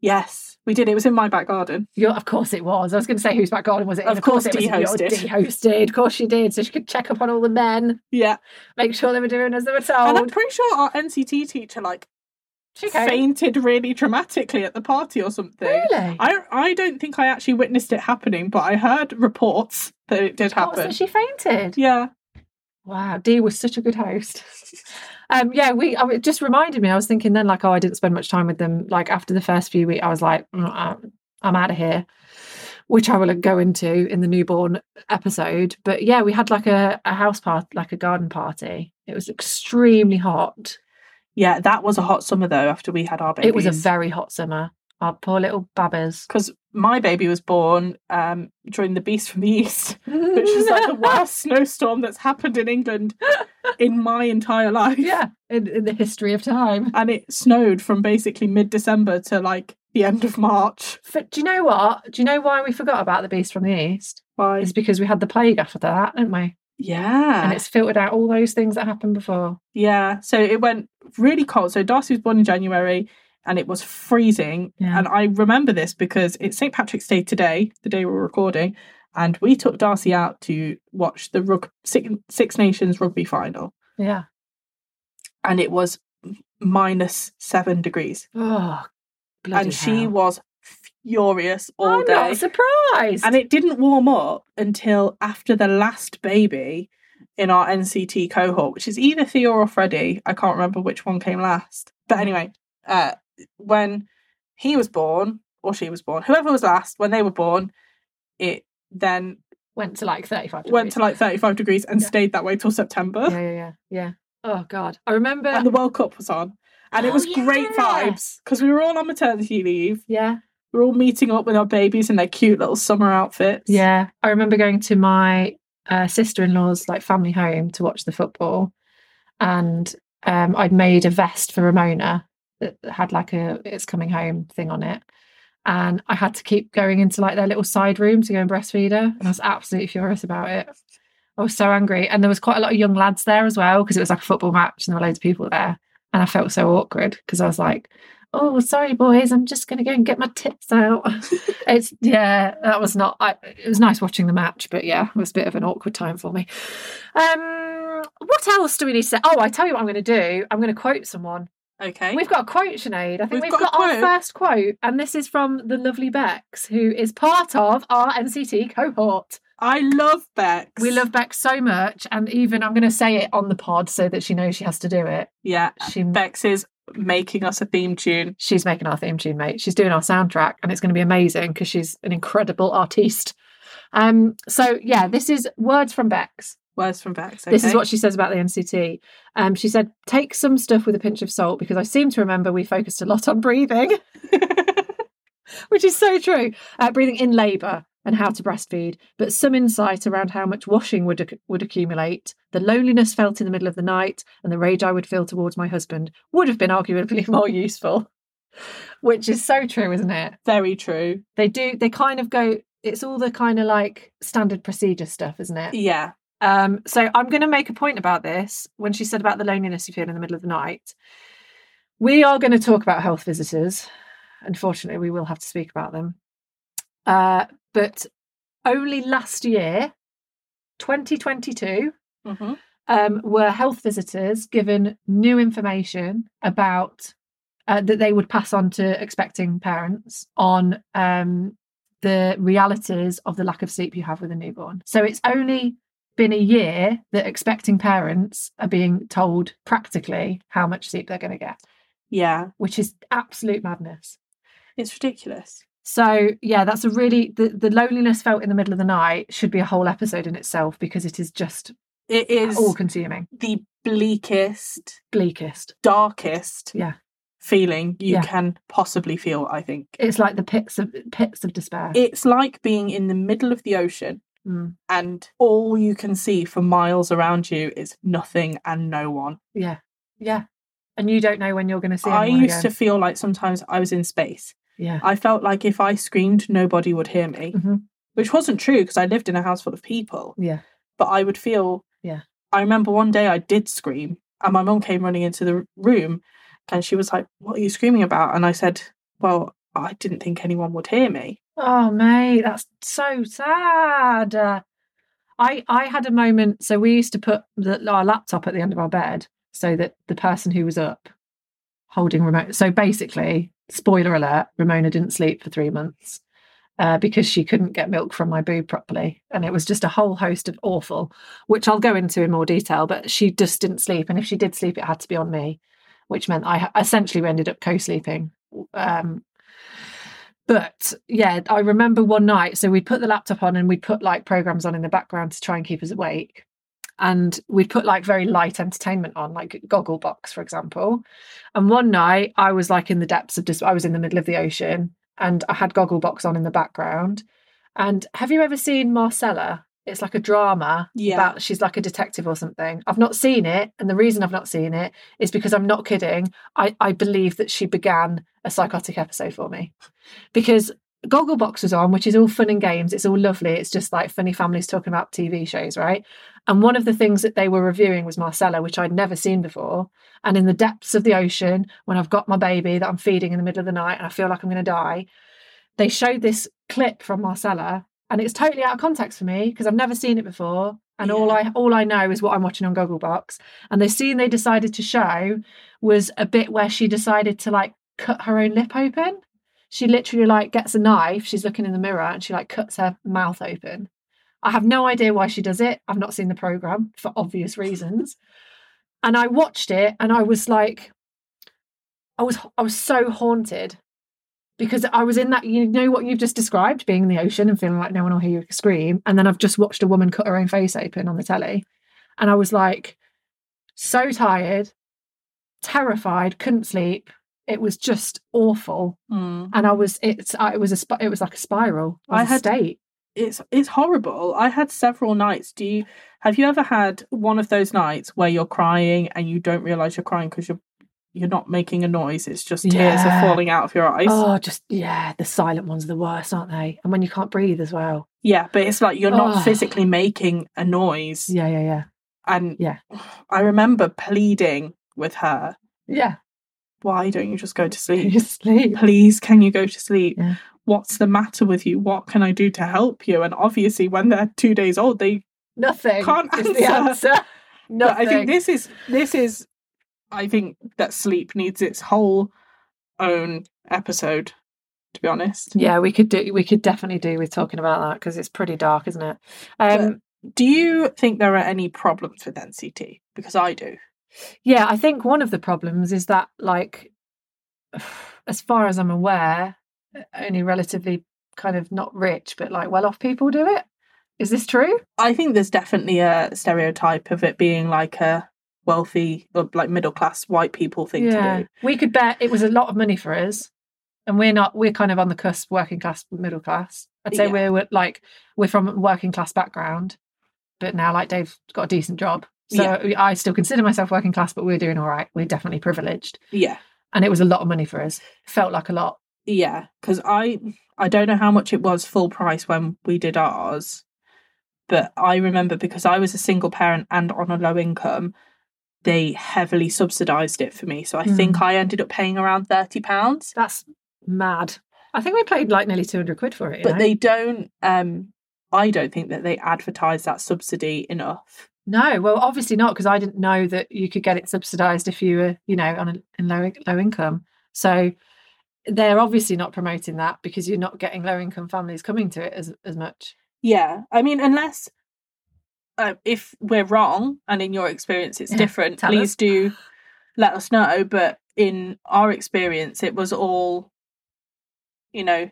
A: Yes, we did. It was in my back garden.
B: Your, of course it was. I was going to say whose back garden was it? in?
A: Of course
B: it was in your
A: de-hosted.
B: de-hosted. Of course she did. So she could check up on all the men,
A: Yeah,
B: make sure they were doing as they were
A: and I'm
B: told.
A: pretty sure our NCT teacher like
B: She came.
A: fainted really dramatically at the party or something.
B: Really?
A: I I don't think I actually witnessed it happening, but I heard reports that it did
B: What was
A: happen.
B: it? Oh, She fainted.
A: yeah.
B: Wow, Dee was such a good host. um, yeah, we. I, it just reminded me. I was thinking then, like, oh, I didn't spend much time with them. Like after the first few weeks, I was like, mm, I'm, I'm out of here, which I will go into in the newborn episode. But yeah, we had like a, a house party, like a garden party. It was extremely hot.
A: Yeah, that was a hot summer though after we had our babies.
B: It was a very hot summer. Our poor little babbers.
A: because my baby was born um, during the Beast from the East, which is like the worst snowstorm that's happened in England in my entire life.
B: yeah, in, in the history of time.
A: And it snowed from basically mid December to like the end of March.
B: But do you know what? Do you know why we forgot about the Beast from the East?
A: Why?
B: It's because we had the plague after that, didn't we? and
A: Yeah.
B: it's filtered out all those things that happened before.
A: Yeah. So it went really cold. So Darcy was born in January and it was freezing.
B: Yeah.
A: And I remember this because it's St. Patrick's Day today, the day we're recording. And we took Darcy out to watch the rug- Six, Six Nations rugby final.
B: Yeah.
A: and it was minus seven degrees.
B: Oh, bloody
A: and she
B: hell.
A: was furious all
B: I'm
A: day.
B: not surprised.
A: And it didn't warm up until after the last baby in our NCT cohort, which is either Theo or Freddie. I can't remember which one came last. But anyway, uh, when he was born, or she was born, whoever was last, when they were born, it then
B: went to like 35
A: went to like 35 degrees and
B: Yeah.
A: stayed that way till September.
B: Yeah, yeah, yeah. Yeah. Oh god. I remember
A: And the World Cup was on. And it
B: Oh,
A: was great
B: yeah.
A: vibes because we were all on maternity leave.
B: Yeah.
A: we're all meeting up with our babies in their cute little summer outfits.
B: Yeah. I remember going to my uh, sister-in-law's like family home to watch the football and um, I'd made a vest for Ramona that had like a it's coming home thing on it. And I had to keep going into like their little side room to go and breastfeed her. And I was absolutely furious about it. I was so angry. And there was quite a lot of young lads there as well, because it was like a football match and there were loads of people there. And I felt so awkward because I was like, oh, sorry, boys, I'm just going to go and get my tits out. it's, yeah, that was not, I, it was nice watching the match, but yeah, it was a bit of an awkward time for me. Um, what else do we need to say? Oh, I tell you what I'm going to do. I'm going to quote someone.
A: Okay.
B: We've got a quote, Sinead. I
A: We've
B: think we've,
A: got a
B: got, our
A: quote.
B: first quote, and this is from the lovely Bex, who is part of our NCT cohort.
A: I love Bex.
B: We love Bex so much, and even I'm going to say it on the pod so that she knows she has to do it.
A: Yeah.
B: She
A: Bex is making us a theme tune.
B: she's making our theme tune, mate. She's doing our soundtrack, and it's going to be amazing because she's an incredible artiste. Um, so yeah, this is words from Bex.
A: Words from Bex.
B: This is
A: okay?
B: what she says about the NCT. Um, she said, "Take some stuff with a pinch of salt because I seem to remember we focused a lot on breathing, which is so true. Uh, breathing in labour and how to breastfeed, but some insight around how much washing would acc- would accumulate, the loneliness felt in the middle of the night, and the rage I would feel towards my husband would have been arguably more useful." Which is so true, isn't it?
A: Very true.
B: They do. They kind of go. It's all the kind of like standard procedure stuff, isn't it?
A: Yeah.
B: Um, so I'm going to make a point about this when she said about the loneliness you feel in the middle of the night. We are going to talk about health visitors. Unfortunately, we will have to speak about them. Uh, but only last year, 2022,
A: Mhm.
B: um, were health visitors given new information about uh, that they would pass on to expecting parents on um, the realities of the lack of sleep you have with a newborn. So it's only been a year that expecting parents are being told practically how much sleep they're going to get,
A: Yeah.
B: which is absolute madness.
A: It's ridiculous.
B: So yeah, that's a really the, the loneliness felt in the middle of the night should be a whole episode in itself because it is just
A: It is
B: all consuming,
A: the bleakest,
B: bleakest.
A: darkest
B: Yeah.
A: feeling you
B: Yeah.
A: can possibly feel, I think.
B: It's like the pits of pits of despair.
A: It's like being in the middle of the ocean
B: Mm,
A: and all you can see for miles around you is nothing and no one.
B: yeah, yeah, and you don't know when you're going to see.
A: I
B: anyone
A: used to
B: again.
A: feel like sometimes I was in space.
B: Yeah.
A: I felt like if I screamed, nobody would hear me,
B: Mhm.
A: which wasn't true because I lived in a house full of people.
B: Yeah.
A: But I would feel.
B: Yeah.
A: I remember one day I did scream, and my mum came running into the r- room, and she was like, "What are you screaming about?" And I said, "Well, I didn't think anyone would hear me."
B: Oh mate, that's so sad. Uh, I I had a moment. So we used to put the, our laptop at the end of our bed so that the person who was up holding remote. So basically, spoiler alert: Ramona didn't sleep for three months. uh, because she couldn't get milk from my boob properly. And it was just a whole host of awful, which I'll go into in more detail. But she just didn't sleep. And if she did sleep, it had to be on me, which meant I essentially ended up co sleeping. Um, but yeah, I remember one night, so we'd put the laptop on and we'd put like programs on in the background to try and keep us awake. And we'd put like very light entertainment on, like Goggle Box, for example. And one night I was like in the depths of, dis- I was in the middle of the ocean and I had Goggle Box on in the background. And have you ever seen Marcella? It's like a drama
A: Yeah.
B: about she's like a detective or something. I've not seen it, and the reason I've not seen it is because I'm not kidding. I, I believe that she began a psychotic episode for me. Because Gogglebox was on, which is all fun and games, it's all lovely. It's just like funny families talking about TV shows, right? And one of the things that they were reviewing was Marcella, which I'd never seen before. And in the depths of the ocean, when I've got my baby that I'm feeding in the middle of the night and I feel like I'm gonna die, they showed this clip from Marcella and it's totally out of context for me because I've never seen it before. And all I all I know is what I'm watching on Gogglebox. And the scene they decided to show was a bit where she decided to like cut her own lip open. She literally like gets a knife, she's looking in the mirror and she like cuts her mouth open. I have no idea why she does it. I've not seen the program for obvious reasons. And I watched it and I was like I was I was so haunted because I was in that you know what you've just described being in the ocean and feeling like no one will hear you scream and then I've just watched a woman cut her own face open on the telly and I was like so tired terrified couldn't sleep it was just awful
A: Mm.
B: and I was it's I, it was a sp- it was like a spiral it was
A: I
B: a
A: had-
B: state
A: It's it's horrible. I had several nights. Do you have you ever had one of those nights where you're crying and you don't realize you're crying because you're you're not making a noise. It's just tears are
B: Yeah.
A: falling out of your eyes.
B: oh just yeah the silent ones are the worst aren't they and when you can't breathe as well
A: Yeah, but it's like you're not
B: Oh.
A: physically making a noise.
B: yeah yeah yeah
A: And
B: Yeah.
A: I remember pleading with her,
B: yeah
A: why don't you just go to sleep?
B: you sleep
A: Please, can you go to sleep?
B: Yeah.
A: What's the matter with you? What can I do to help you? And obviously, when they're two days old, they.
B: nothing
A: Can't
B: is the
A: answer.
B: answer
A: But I
B: nothing
A: think this is this is, I think that sleep needs its whole own episode. To be honest,
B: Yeah, we could do. We could definitely do with talking about that because it's pretty dark, isn't it? Um,
A: do you think there are any problems with NCT? Because I do.
B: yeah, I think one of the problems is that, like, as far as I'm aware, only relatively kind of not rich but like well-off people do it. Is this true?
A: I think there's definitely a stereotype of it being like a wealthy or like middle class white people thing to do.
B: we could bet it was a lot of money for us, and we're not. We're kind of on the cusp, working class, middle class. I'd say
A: Yeah.
B: we're, we're like we're from a working class background, but now like Dave's got a decent job. So
A: Yeah.
B: I still consider myself working class, but we're doing all right. We're definitely privileged.
A: Yeah.
B: and it was a lot of money for us. Felt like a lot.
A: Yeah, because I I don't know how much it was full price when we did ours, but I remember because I was a single parent and on a low income, they heavily subsidised it for me. So I think I ended up paying around thirty pounds.
B: That's mad. I think we paid like nearly two hundred quid for it. you
A: But
B: know?
A: they don't. um I don't think that they advertise that subsidy enough.
B: no, well, obviously not because I didn't know that you could get it subsidised if you were, you know, on a in low low income. So they're obviously not promoting that because you're not getting low income families coming to it as as much.
A: Yeah, I mean, unless uh, if we're wrong, and in your experience it's
B: Yeah,
A: different,
B: tell
A: please
B: us.
A: do let us know. But in our experience, it was all, you know,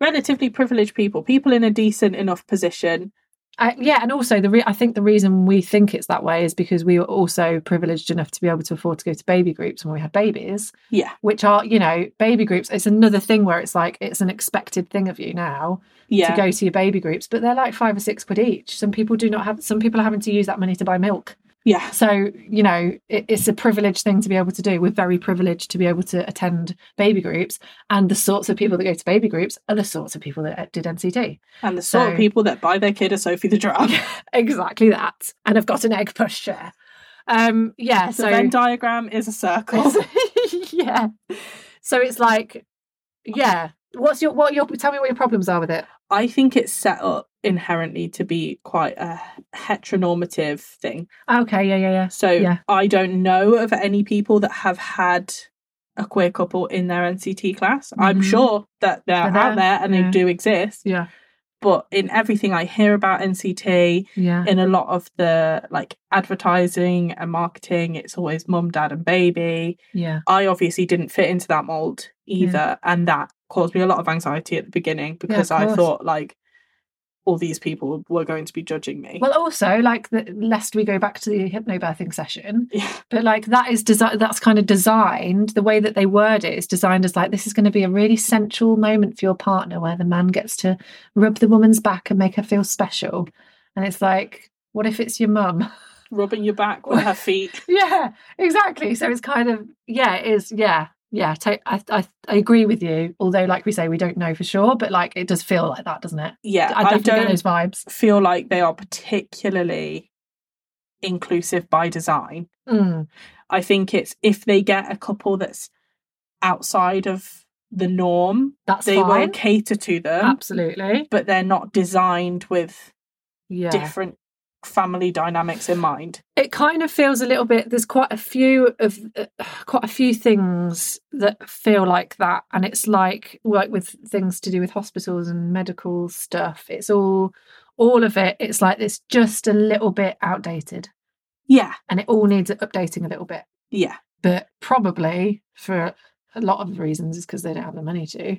A: relatively privileged people, people in a decent enough position.
B: I, yeah, and also the re- I think the reason we think it's that way is because we were also privileged enough to be able to afford to go to baby groups when we had babies.
A: Yeah,
B: which are you know baby groups it's another thing where it's like it's an expected thing of you now
A: yeah,
B: to go to your baby groups but they're like five or six quid each some people do not have some people are having to use that money to buy milk
A: yeah,
B: so you know it, it's a privileged thing to be able to do we're very privileged to be able to attend baby groups and the sorts of people that go to baby groups are the sorts of people that uh, did nct
A: and the sort of
B: So-
A: people that buy their kid a Sophie the Drug.
B: exactly that and i've got an egg pushchair um yeah
A: the
B: so
A: Venn diagram is a circle.
B: yeah so it's like yeah what's your what your tell me what your problems are with it
A: I think it's set up inherently to be quite a heteronormative thing.
B: Okay, Ah, yeah, yeah, yeah.
A: So
B: Yeah.
A: I don't know of any people that have had a queer couple in their NCT class. I'm
B: Mhm.
A: sure that they're
B: They're
A: out
B: there,
A: there and
B: yeah.
A: they do exist.
B: Yeah.
A: But in everything I hear about NCT,
B: Yeah.
A: in a lot of the like advertising and marketing, it's always mum, dad, and baby.
B: Yeah.
A: I obviously didn't fit into that mold either. And that caused me a lot of anxiety at the beginning because I
B: course.
A: thought like all these people were going to be judging me.
B: Well, also like the, lest we go back to the hypnobirthing session,
A: Yeah.
B: but like that is desi- that's kind of designed the way that they word it is designed as like this is going to be a really sensual moment for your partner where the man gets to rub the woman's back and make her feel special, and it's like what if it's your mum?
A: Rubbing your back with her feet.
B: yeah, exactly. So it's kind of yeah, it is yeah. Yeah, ta- I, I I agree with you. Although, like we say, we don't know for sure, but like it does feel like that, doesn't it?
A: Yeah.
B: I definitely get those vibes.
A: feel like they are particularly inclusive by design.
B: Mm,
A: I think it's if they get a couple that's outside of the norm,
B: that's
A: they will
B: fine.
A: cater to them,
B: Absolutely.
A: but they're not designed with
B: Yeah.
A: different family dynamics in mind.
B: it kind of feels a little bit there's quite a few of uh, quite a few things that feel like that and it's like work with things to do with hospitals and medical stuff it's all all of it it's like it's just a little bit outdated
A: Yeah.
B: and it all needs updating a little bit
A: Yeah.
B: but probably for a lot of reasons is because they don't have the money to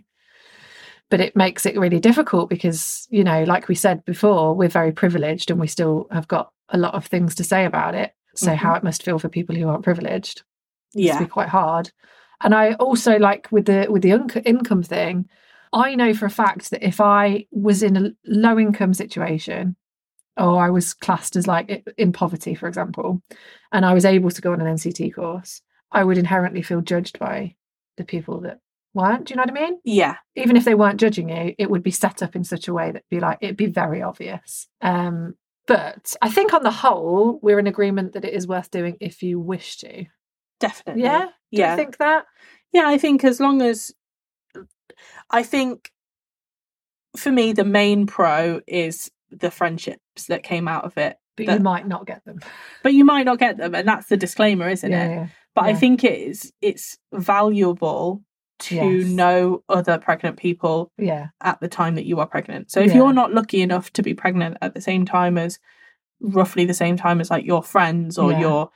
B: but it makes it really difficult because you know like we said before we're very privileged and we still have got a lot of things to say about it so
A: Mhm.
B: how it must feel for people who aren't privileged yeah.
A: Yeah.
B: be quite hard. And I also like with the with the unc income thing, I know for a fact that if I was in a low income situation, or I was classed as like i- in poverty, for example, and I was able to go on an NCT course, I would inherently feel judged by the people that weren't. Do you know what I mean?
A: Yeah.
B: Even if they weren't judging you, it would be set up in such a way that be like it'd be very obvious. Um, but I think on the whole, we're in agreement that it is worth doing if you wish to.
A: Definitely.
B: Yeah. Do
A: Yeah.
B: you think that?
A: Yeah, I think as long as I think for me the main pro is the friendships that came out of it.
B: But
A: That-
B: you might not get them.
A: But you might not get them and that's the disclaimer, isn't it? But I
B: yeah.
A: think it is it's valuable to
B: Yes.
A: know other pregnant people
B: yeah, yeah.
A: at the time that you are pregnant. So if
B: Yeah.
A: you're not lucky enough to be pregnant at the same time as roughly the same time as like your friends or
B: Yeah.
A: your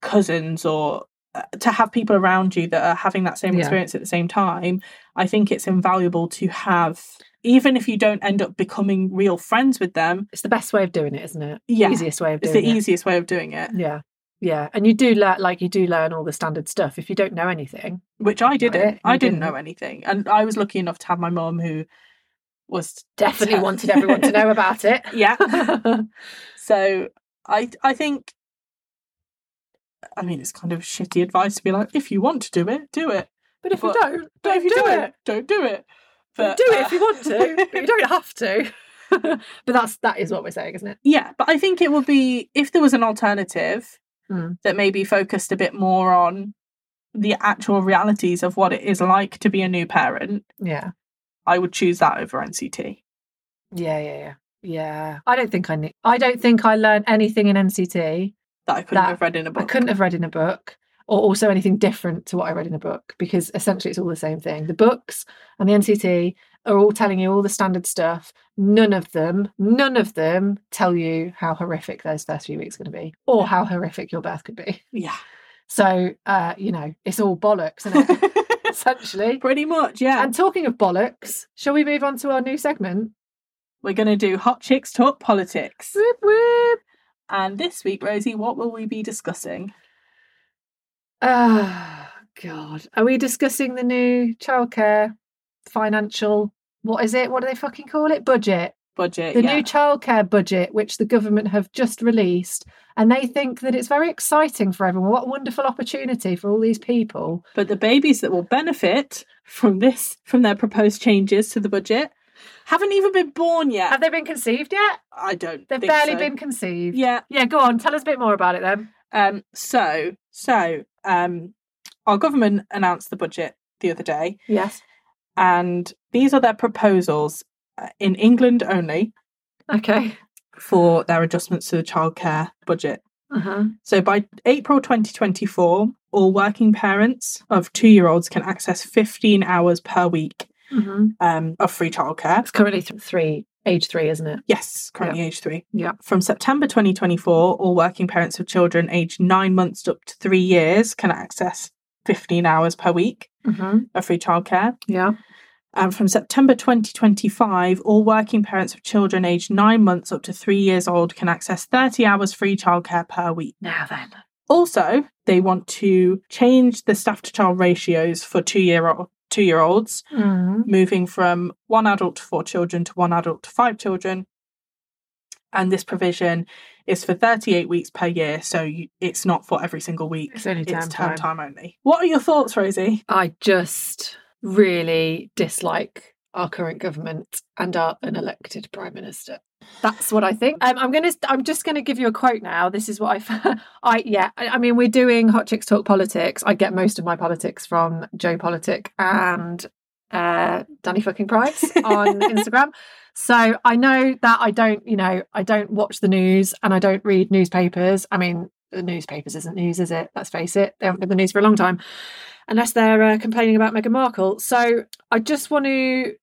A: cousins or uh, to have people around you that are having that same
B: Yeah.
A: experience at the same time, I think it's invaluable to have even if you don't end up becoming real friends with them.
B: It's the best way of doing it, isn't it?
A: Yeah.
B: Easiest way of
A: It's
B: doing
A: the
B: it.
A: easiest way of doing it,
B: Yeah. Yeah. And you do learn like you do learn all the standard stuff. If you don't know anything,
A: which I didn't.
B: it,
A: I
B: you
A: didn't
B: didn't.
A: know anything. And I was lucky enough to have my mum who was
B: definitely wanted everyone to know about it.
A: yeah. So I I think I mean it's kind of shitty advice to be like, if you want to do it, do it.
B: but if
A: But-
B: you don't,
A: But
B: don't
A: if you
B: do it.
A: don't do it.
B: But uh, do it if you want to, but you don't have to. but that's that is what we're saying, isn't it?
A: Yeah, but I think it would be if there was an alternative
B: Mm.
A: that maybe focused a bit more on the actual realities of what it is like to be a new parent,
B: Yeah.
A: I would choose that over NCT.
B: Yeah, yeah, yeah. Yeah. I don't think I need I don't think I learned anything in NCT
A: That I couldn't
B: That-
A: have read in a book.
B: I couldn't have read in a book or also anything different to what I read in a book because essentially it's all the same thing. The books and the NCT are all telling you all the standard stuff. None of them, none of them tell you how horrific those first few weeks are going to be or how horrific your birth could be.
A: Yeah.
B: So, uh, you know, it's all bollocks, isn't it? essentially.
A: Pretty much, yeah.
B: And talking of bollocks, shall we move on to our new segment?
A: We're gonna do hot chicks talk politics.
B: Whoop, whoop.
A: And this week, Rosie, what will we be discussing?
B: Oh, God. Are we discussing the new childcare financial? What is it? What do they fucking call it? Budget.
A: Budget.
B: The
A: yeah.
B: new childcare budget, which the government have just released. And they think that it's very exciting for everyone. What a wonderful opportunity for all these people.
A: But the babies that will benefit from this, from their proposed changes to the budget, haven't even been born yet.
B: Have they been conceived yet?
A: I don't.
B: They've
A: think
B: barely
A: so.
B: been conceived.
A: Yeah.
B: Yeah, go on. Tell us a bit more about it then.
A: Um. So so um, our government announced the budget the other day,
B: Yes.
A: and these are their proposals uh, in England only
B: Okay.
A: for their adjustments to the childcare budget.
B: Uh-huh.
A: So by April 2024, all working parents of two year olds can access 15 hours per week
B: Mm-hmm.
A: um, of free childcare.
B: It's currently th- three, age three, isn't it?
A: Yes, currently age three.
B: Yeah.
A: From September 2024, all working parents of children aged nine months up to three years can access 15 hours per week
B: Mm-hmm.
A: of free childcare.
B: Yeah.
A: And from September 2025, all working parents of children aged nine months up to three years old can access 30 hours free childcare per week.
B: Now then.
A: Also, they want to change the staff to child ratios for two year old two year olds,
B: Mm-hmm.
A: moving from one adult to four children to one adult to five children. And this provision is for 38 weeks per year, so you, it's not for every single week.
B: It's only
A: It's term time only. What are your thoughts, Rosie?
B: I just really dislike our current government and our unelected prime minister. That's what I think. Um, I'm gonna. I'm just gonna give you a quote now. This is what I. found. I yeah. I, I mean, we're doing hot chicks talk politics. I get most of my politics from Joe Politic and uh, Danny fucking Price on Instagram. So I know that I don't. You know, I don't watch the news and I don't read newspapers. I mean, the newspapers isn't news, is it? Let's face it. They haven't been the news for a long time unless they're uh, complaining about Meghan Markle. So I just want to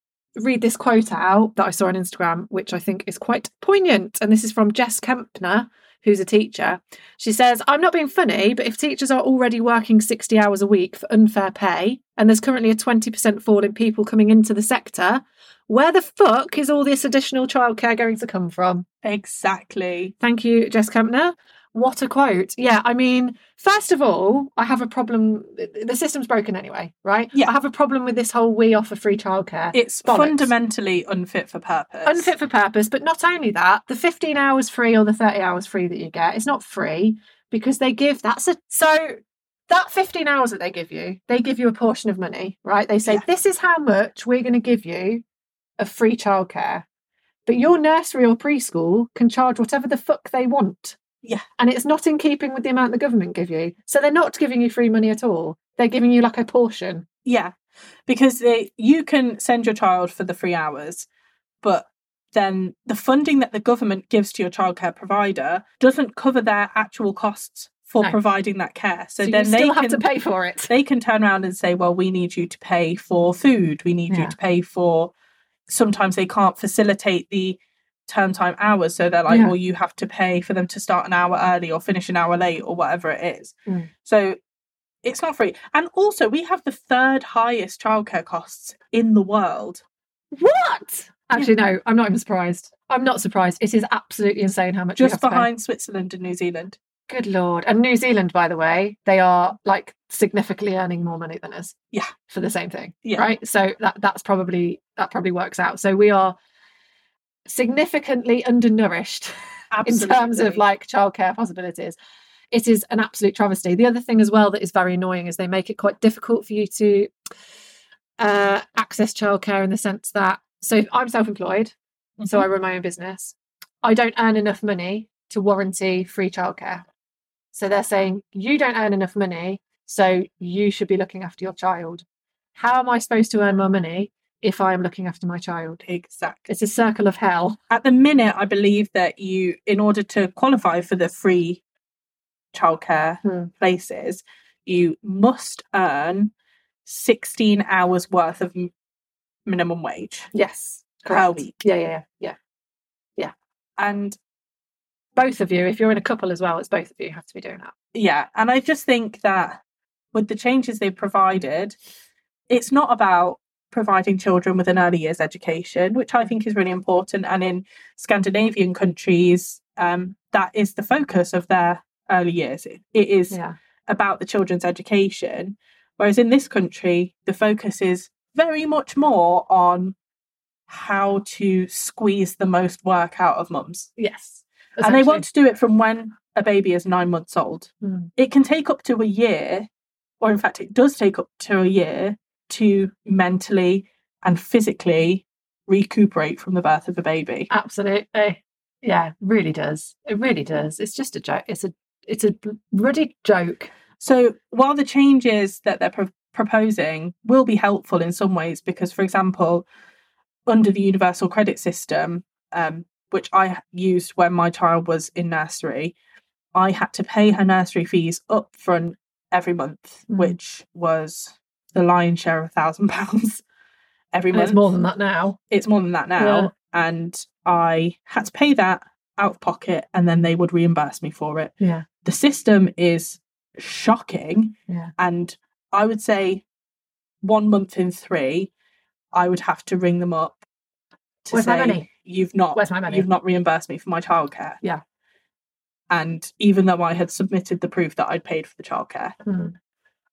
B: read this quote out that I saw on Instagram, which I think is quite poignant. And this is from Jess Kempner, who's a teacher. She says, I'm not being funny, but if teachers are already working 60 hours a week for unfair pay, and there's currently a 20% fall in people coming into the sector, where the fuck is all this additional childcare going to come from?
A: Exactly.
B: Thank you, Jess Kempner. What a quote. Yeah, I mean, first of all, I have a problem. The system's broken anyway, right?
A: Yeah.
B: I have a problem with this whole we offer free childcare.
A: It's
B: Bollocks.
A: fundamentally unfit for purpose.
B: Unfit for purpose, but not only that, the 15 hours free or the 30 hours free that you get, it's not free because they give that's a so that 15 hours that they give you, they give you a portion of money, right? They say,
A: Yeah.
B: This is how much we're going to give you of free childcare. But your nursery or preschool can charge whatever the fuck they want.
A: Yeah.
B: And it's not in keeping with the amount the government give you. So they're not giving you free money at all. They're giving you like a portion.
A: Yeah, because they, you can send your child for the three hours, but then the funding that the government gives to your childcare provider doesn't cover their actual costs for
B: No.
A: providing that care. So,
B: So,
A: then
B: you
A: they
B: still
A: can,
B: have to pay for it.
A: they can turn around and say, "Well, we need you to pay for food. We need
B: Yeah.
A: you to pay for." Sometimes they can't facilitate the term time hours, so they're like,
B: Yeah.
A: "Well, you have to pay for them to start an hour early or finish an hour late or whatever it is."
B: Mm.
A: So it's not free, and also we have the third highest childcare costs in the world.
B: What? Actually, no, I'm not even surprised. I'm not surprised. It is absolutely insane how much we
A: Just
B: have to pay.
A: behind Switzerland and New Zealand.
B: Good lord! And New Zealand, by the way, they are like significantly earning more money than us.
A: Yeah.
B: for the same thing.
A: Yeah.
B: right. So that that's probably that probably works out. So we are significantly undernourished in terms of
A: Absolutely.
B: like childcare possibilities. It is an absolute travesty. The other thing as well that is very annoying is they make it quite difficult for you to uh, access childcare in the sense that so I'm self-employed, so I run my own business. I don't earn enough money to warranty free childcare. So they're saying you don't earn enough money, so you should be looking after your child. How am I supposed to earn more money if I am looking after my child?
A: Mm-hmm. exactly.
B: It's a circle of hell.
A: At the minute, I believe that you, in order to qualify for the free childcare
B: Hmm.
A: places, you must earn 16 hours worth of m- minimum wage
B: Yes.
A: per
B: Correct.
A: week.
B: Yeah, yeah, yeah, yeah.
A: And
B: Both of you, if you're in a couple as well, it's both of you have to be doing that.
A: yeah, and I just think that with the changes they've provided, it's not about providing children with an early years education, which I think is really important. And in Scandinavian countries, um, that is the focus of their early years. It, it is
B: Yeah.
A: about the children's education. Whereas in this country, the focus is very much more on how to squeeze the most work out of mums.
B: Yes.
A: And they
B: Essentially.
A: want to do it from when a baby is nine months old.
B: Mm.
A: It can take up to a year, or in fact, it does take up to a year to mentally and physically recuperate from the birth of a baby.
B: Absolutely. Yeah, really does. It really does. It's just a joke. It's a it's a bl- ruddy joke.
A: So while the changes that they're pro- proposing will be helpful in some ways, because for example, under the universal credit system, um, which I used when my child was in nursery, I had to pay her nursery fees up front every month,
B: Mm.
A: which was the lion's share of a thousand pounds every
B: And
A: month.
B: it's more than that now.
A: It's more than that now.
B: Yeah.
A: And I had to pay that out of pocket and then they would reimburse me for it.
B: Yeah.
A: The system is shocking.
B: Yeah.
A: And I would say one month in three, I would have to ring them up to
B: Where's
A: say
B: my money?
A: you've not
B: "Oh, Where's my money?
A: you've not reimbursed me for my childcare.
B: Yeah.
A: And even though I had submitted the proof that I'd paid for the childcare,
B: Hmm.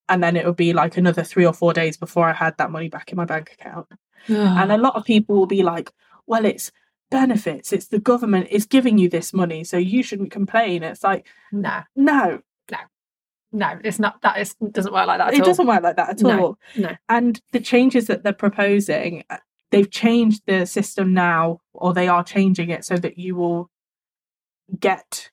A: and then it would be like another three or four days before I had that money back in my bank account. And
B: Ah.
A: a lot of people will be like, well, it's benefits, it's the government is giving you this money, so you shouldn't complain. It's like,
B: no,
A: no,
B: no, it's not. That is doesn't work like that. At
A: it
B: all.
A: doesn't work like that at
B: No,
A: all.
B: no.
A: And the changes that they're proposing, uh, they've changed the system now, or they are changing it so that you will get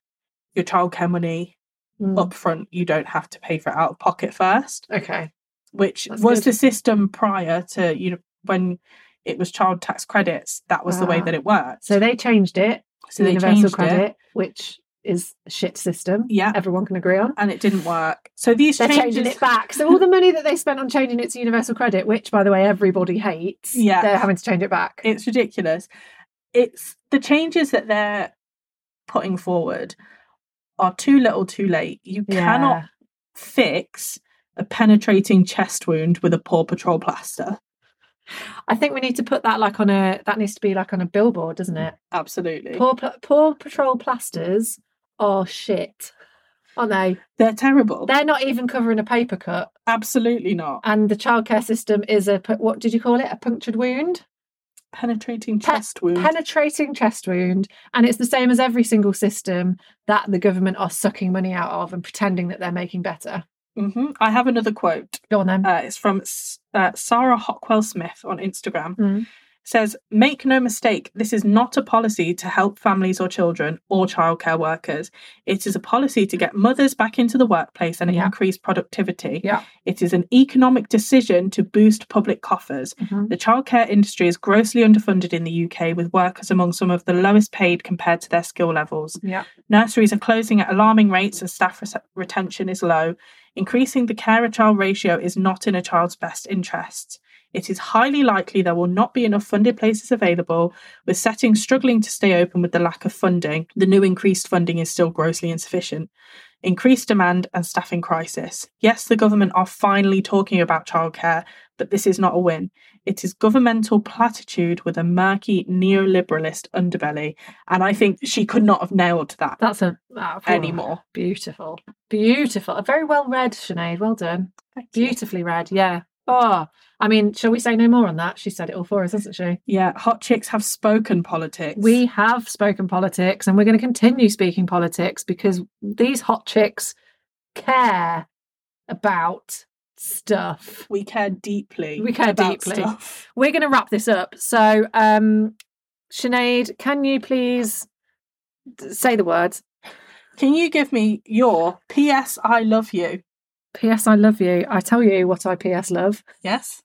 A: your childcare money
B: Mm.
A: up front. You don't have to pay for it out of pocket first,
B: Okay.
A: which
B: That's
A: was
B: good.
A: the system prior to you know when it was child tax credits. That was the way
B: Ah.
A: that it worked.
B: So they changed it
A: So
B: to
A: they
B: universal
A: changed it.
B: credit, which is a shit system.
A: Yeah.
B: Everyone can agree on.
A: and it didn't work. So these
B: They're
A: changes,
B: changing it back. So all the money that they spent on changing it to universal credit, which by the way everybody hates,
A: Yeah.
B: they're having to change it back.
A: it's ridiculous. It's the changes that they're putting forward are too little, too late. You cannot fix a penetrating chest wound with a Paw Patrol plaster.
B: I think we need to put that like on a that needs to be like on a billboard, doesn't it?
A: Absolutely,
B: Poor pl- poor patrol plasters are shit. Aren't they?
A: they're terrible.
B: They're not even covering a paper cut,
A: Absolutely not
B: and the childcare system is a pu- what did you call it? A punctured wound,
A: penetrating
B: Pe-
A: chest wound.
B: penetrating chest wound, and it's the same as every single system that the government are sucking money out of and pretending that they're making better.
A: Mhm. I have another quote.
B: Go on then.
A: Uh, it's from S- uh, Sarah Hockwell Smith on Instagram.
B: Mm.
A: Says, make no mistake, this is not a policy to help families or children or childcare workers. It is a policy to get mothers back into the workplace and
B: Yeah.
A: increase productivity.
B: Yeah.
A: It is an economic decision to boost public coffers.
B: Mhm.
A: The childcare industry is grossly underfunded in the UK, with workers among some of the lowest paid compared to their skill levels.
B: Yeah.
A: Nurseries are closing at alarming rates and staff res- retention is low. Increasing the carer child ratio is not in a child's best interests. It is highly likely there will not be enough funded places available, with settings struggling to stay open with the lack of funding. The new increased funding is still grossly insufficient. Increased demand and staffing crisis. Yes, the government are finally talking about childcare, but this is not a win. It is governmental platitude with a murky neoliberalist underbelly. And I think she could not have nailed that
B: That's a ah, phew.
A: anymore.
B: Beautiful, beautiful. A very well read, Sinead. Well done.
A: Beautiful.
B: Beautifully read, yeah. Oh, I mean, shall we say no more on that? She said it all for us, hasn't she?
A: Yeah, hot chicks have spoken politics.
B: We have spoken politics and we're going to continue speaking politics because these hot chicks care about stuff.
A: we care deeply.
B: We care
A: about
B: deeply.
A: Stuff.
B: We're going to wrap this up. So, um, Sinead, can you please d- say the words?
A: Can you give me your PS? I love you.
B: P.S. I love you. I tell you what I P.S. love.
A: Yes.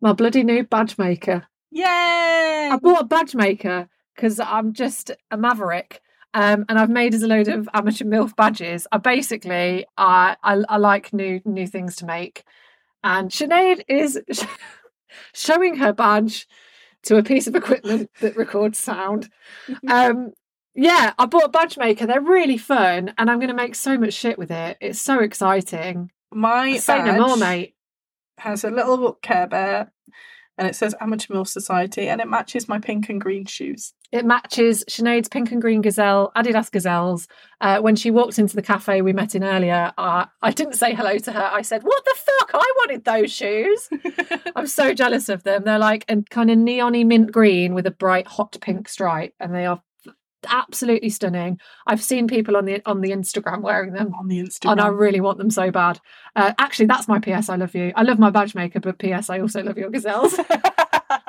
B: My bloody new badge maker.
A: Yay!
B: I bought a badge maker because I'm just a maverick. Um, and I've made us a load of amateur MILF badges. I basically I, I I like new new things to make. And Sinead is showing her badge to a piece of equipment that records sound. Um yeah, I bought a badge maker. They're really fun and I'm gonna make so much shit with it. It's so exciting.
A: My
B: Say no more,
A: badge
B: mate.
A: has a little care bear, and it says Amateur Mill Society, and it matches my pink and green shoes.
B: It matches Sinead's pink and green gazelle, Adidas gazelles. Uh, when she walked into the cafe we met in earlier, uh, I didn't say hello to her. I said, "What the fuck? I wanted those shoes." I'm so jealous of them. They're like a kind of neony mint green with a bright hot pink stripe, and they are absolutely stunning. I've seen people on the on the Instagram wearing them.
A: on the Instagram.
B: And I really want them so bad. Uh, actually, that's my PS. I love you. I love my badge maker, but PS. I also love your gazelles.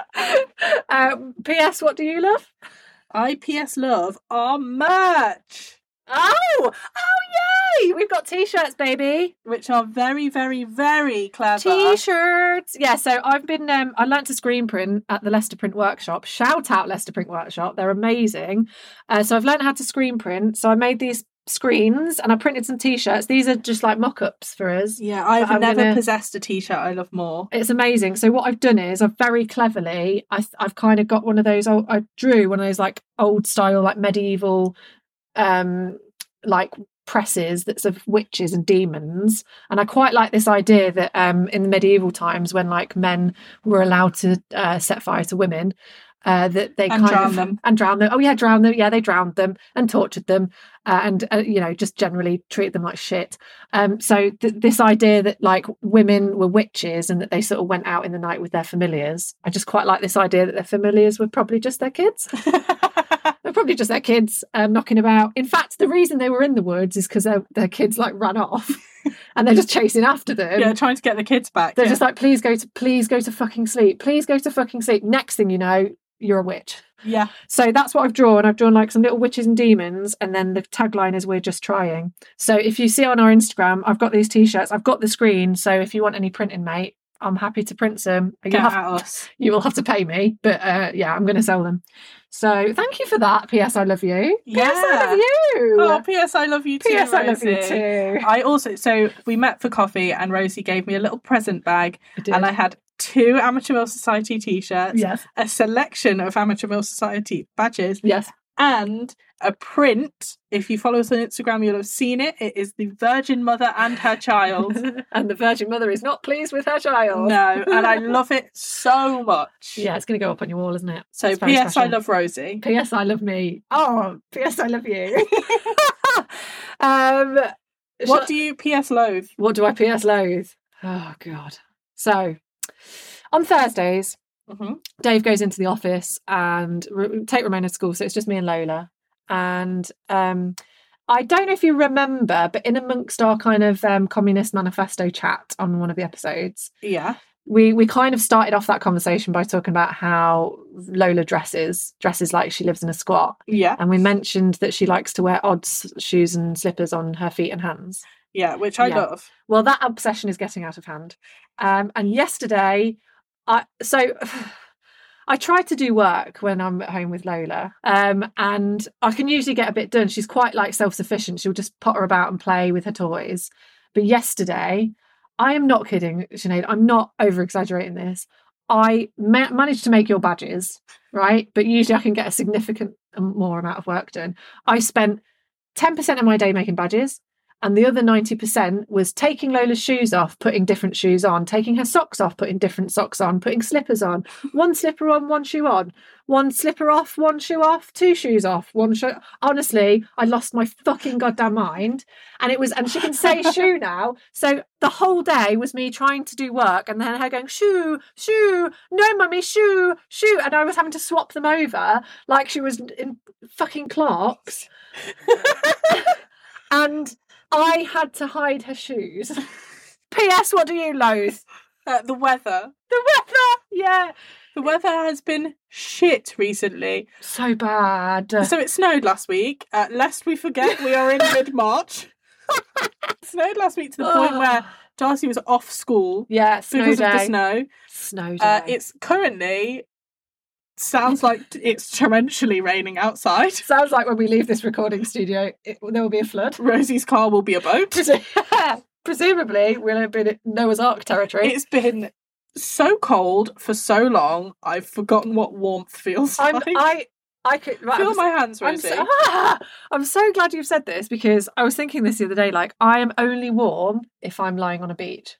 B: uh, PS. What do you love?
A: I PS love our merch,
B: Oh, oh yay! We've got t-shirts, baby.
A: which are very, very, very clever.
B: T-shirts. Yeah, so I've been um I learnt to screen print at the Leicester Print Workshop. Shout out Leicester Print Workshop. They're amazing. Uh, so I've learned how to screen print. So I made these screens and I printed some t-shirts. These are just like mock-ups for us.
A: Yeah, I've
B: I'm
A: never
B: gonna-
A: possessed a t shirt I love more.
B: It's amazing. So what I've done is I've very cleverly I th- I've kind of got one of those old, I drew one of those like old style like medieval um like presses that's of witches and demons and I quite like this idea that um in the medieval times when like men were allowed to uh, set fire to women uh, that they
A: And
B: kind
A: drown
B: of
A: them.
B: and drown them. Oh yeah, drown them. Yeah, they drowned them and tortured them, uh, and uh, you know just generally treated them like shit. Um, so th- this idea that like women were witches and that they sort of went out in the night with their familiars. I just quite like this idea that their familiars were probably just their kids. They're probably just their kids um, knocking about. In fact, the reason they were in the woods is because their, their kids like ran off, and they're just chasing after them.
A: yeah, trying to get the kids back.
B: They're
A: yeah.
B: just like, please go to, please go to fucking sleep, please go to fucking sleep. Next thing you know, you're a witch.
A: yeah.
B: So that's what I've drawn. I've drawn like some little witches and demons, and then the tagline is "We're just trying." So if you see on our Instagram, I've got these t-shirts. I've got the screen. So if you want any printing, mate, I'm happy to print some. You,
A: Get
B: have,
A: at us.
B: you will have to pay me, but uh, yeah, I'm going to sell them. So thank you for that. P.S. I love you. P.S. I
A: Yeah.
B: love you.
A: Oh, P.S. I love you too.
B: P.S. uh, I love you
A: Rosie.
B: too.
A: I also, so we met for coffee and Rosie gave me a little present bag and I had two Amateur Mill Society t shirts,
B: yes,
A: a selection of Amateur Mill Society badges,
B: yes.
A: and a print. If you follow us on Instagram, you'll have seen it. It is the Virgin Mother and her child.
B: and the Virgin Mother is not pleased with her child.
A: no, and I love it so much.
B: Yeah, it's going to go up on your wall, isn't it?
A: So,
B: It's very
A: P.S. I
B: special.
A: love Rosie.
B: P.S. I love me. Oh, P.S. I love you. um,
A: What
B: what do
A: do you P.S. loathe?
B: what do I P.S. loathe? Oh God. So on Thursdays,
A: Mm-hmm.
B: Dave goes into the office and re- take Ramona to school, so it's just me and Lola. And um, I don't know if you remember, but in amongst our kind of um, communist manifesto chat on one of the episodes,
A: Yeah.
B: we we kind of started off that conversation by talking about how Lola dresses dresses like she lives in a squat.
A: Yeah.
B: And we mentioned that she likes to wear odd s- shoes and slippers on her feet and hands.
A: Yeah. Which I
B: Yeah.
A: love.
B: Well, that obsession is getting out of hand. Um, and yesterday, I so I try to do work when I'm at home with Lola, um, and I can usually get a bit done. She's quite like self sufficient. She'll just potter about and play with her toys. But yesterday, I am not kidding, Sinead. I'm not over exaggerating this. I ma- managed to make your badges, right? But usually I can get a significant am- more amount of work done. I spent 10% of my day making badges, and the other 90% was taking Lola's shoes off, putting different shoes on, taking her socks off, putting different socks on, putting slippers on, one slipper on, one shoe on, one slipper off, one shoe off, two shoes off, one shoe. Honestly, I lost my fucking goddamn mind. And it was, and she can say shoe now. So the whole day was me trying to do work and then her going, shoe, shoe, no, mummy, shoe, shoe. And I was having to swap them over like she was in fucking clocks. and I had to hide her shoes. P.S. What do you loathe?
A: Uh, the weather.
B: The weather. Yeah.
A: The weather has been shit recently.
B: So bad.
A: So it snowed last week. Uh, lest we forget, we are in mid March. snowed last week to the point where Darcy was off school
B: yeah, snow
A: because
B: day.
A: of the snow.
B: Snow day.
A: Uh, it's currently sounds like it's torrentially raining outside.
B: sounds like when we leave this recording studio, it, there will be a flood.
A: Rosie's car will be a boat.
B: Presu- Presumably, we'll have been at Noah's Ark territory.
A: It's been so cold for so long. I've forgotten what warmth feels
B: I'm,
A: like.
B: I, I could. Right,
A: Feel
B: I'm
A: my hands,
B: I'm
A: Rosie.
B: so, Ah! I'm so glad you've said this because I was thinking this the other day. Like, I am only warm if I'm lying on a beach,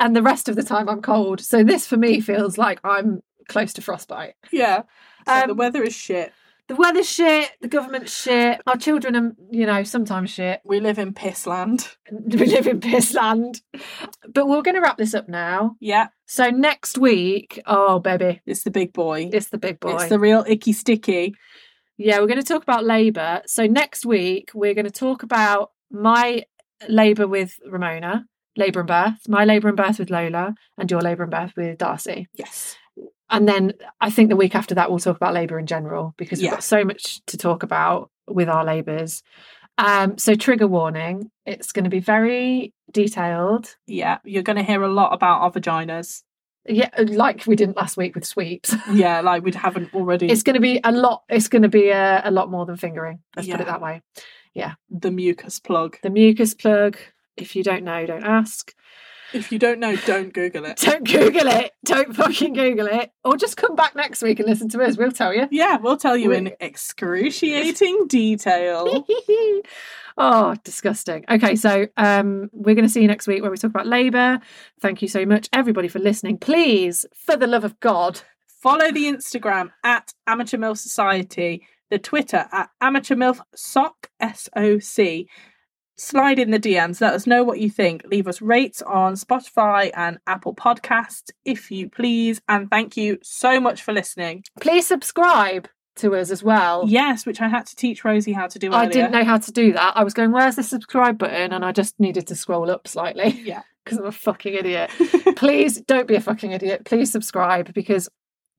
B: and the rest of the time I'm cold. So this for me feels like I'm close to frostbite.
A: Yeah. So the
B: Um,
A: weather is shit.
B: The weather's shit. The government's shit. Our children are, you know, sometimes shit.
A: We live in piss land.
B: We live in piss land. But we're going to wrap this up now.
A: Yeah.
B: So next week, oh baby,
A: It's the big boy.
B: it's the big boy.
A: It's the real icky sticky.
B: Yeah, we're going to talk about labour. So next week we're going to talk about my labour with Ramona, labour and birth, my labour and birth with Lola, and your labour and birth with Darcy.
A: Yes.
B: And then I think the week after that we'll talk about labour in general because we've
A: Yeah.
B: got so much to talk about with our labours. Um, so trigger warning, it's going to be very detailed.
A: Yeah. You're going to hear a lot about our vaginas.
B: Yeah, like we didn't last week with sweeps.
A: Yeah. Like we haven't already.
B: it's going to be a lot. It's going to be a, a lot more than fingering. Let's put
A: Yeah.
B: it that way. Yeah.
A: The mucus plug.
B: The mucus plug. If you don't know, don't ask.
A: If you don't know, don't Google it.
B: Don't Google it. Don't fucking Google it. Or just come back next week and listen to us. We'll tell you.
A: Yeah, we'll tell you in excruciating detail.
B: oh, disgusting. Okay, so um, we're going to see you next week where we talk about labour. Thank you so much, everybody, for listening. Please, for the love of God,
A: Follow the Instagram at Amateur MILF Society, the Twitter at Amateur MILF SOC, S-O-C. Slide in the DMs. Let us know what you think. Leave us rates on Spotify and Apple Podcasts, if you please. And thank you so much for listening.
B: please subscribe to us as well.
A: Yes, which I had to teach Rosie how to do earlier.
B: Oh. I didn't know how to do that. I was going, where's the subscribe button? And I just needed to scroll up slightly
A: Yeah.
B: because I'm a fucking idiot. Please don't be a fucking idiot. Please subscribe because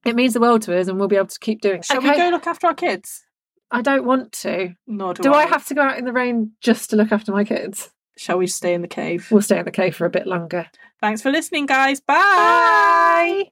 B: it means the world to us and we'll be able to keep doing it.
A: Shall we go look after our kids?
B: I don't want to.
A: Nor do,
B: Do I have to go out in the rain just to look after my kids?
A: Shall we stay in the cave?
B: We'll stay in the cave for a bit longer.
A: Thanks for listening, guys. Bye.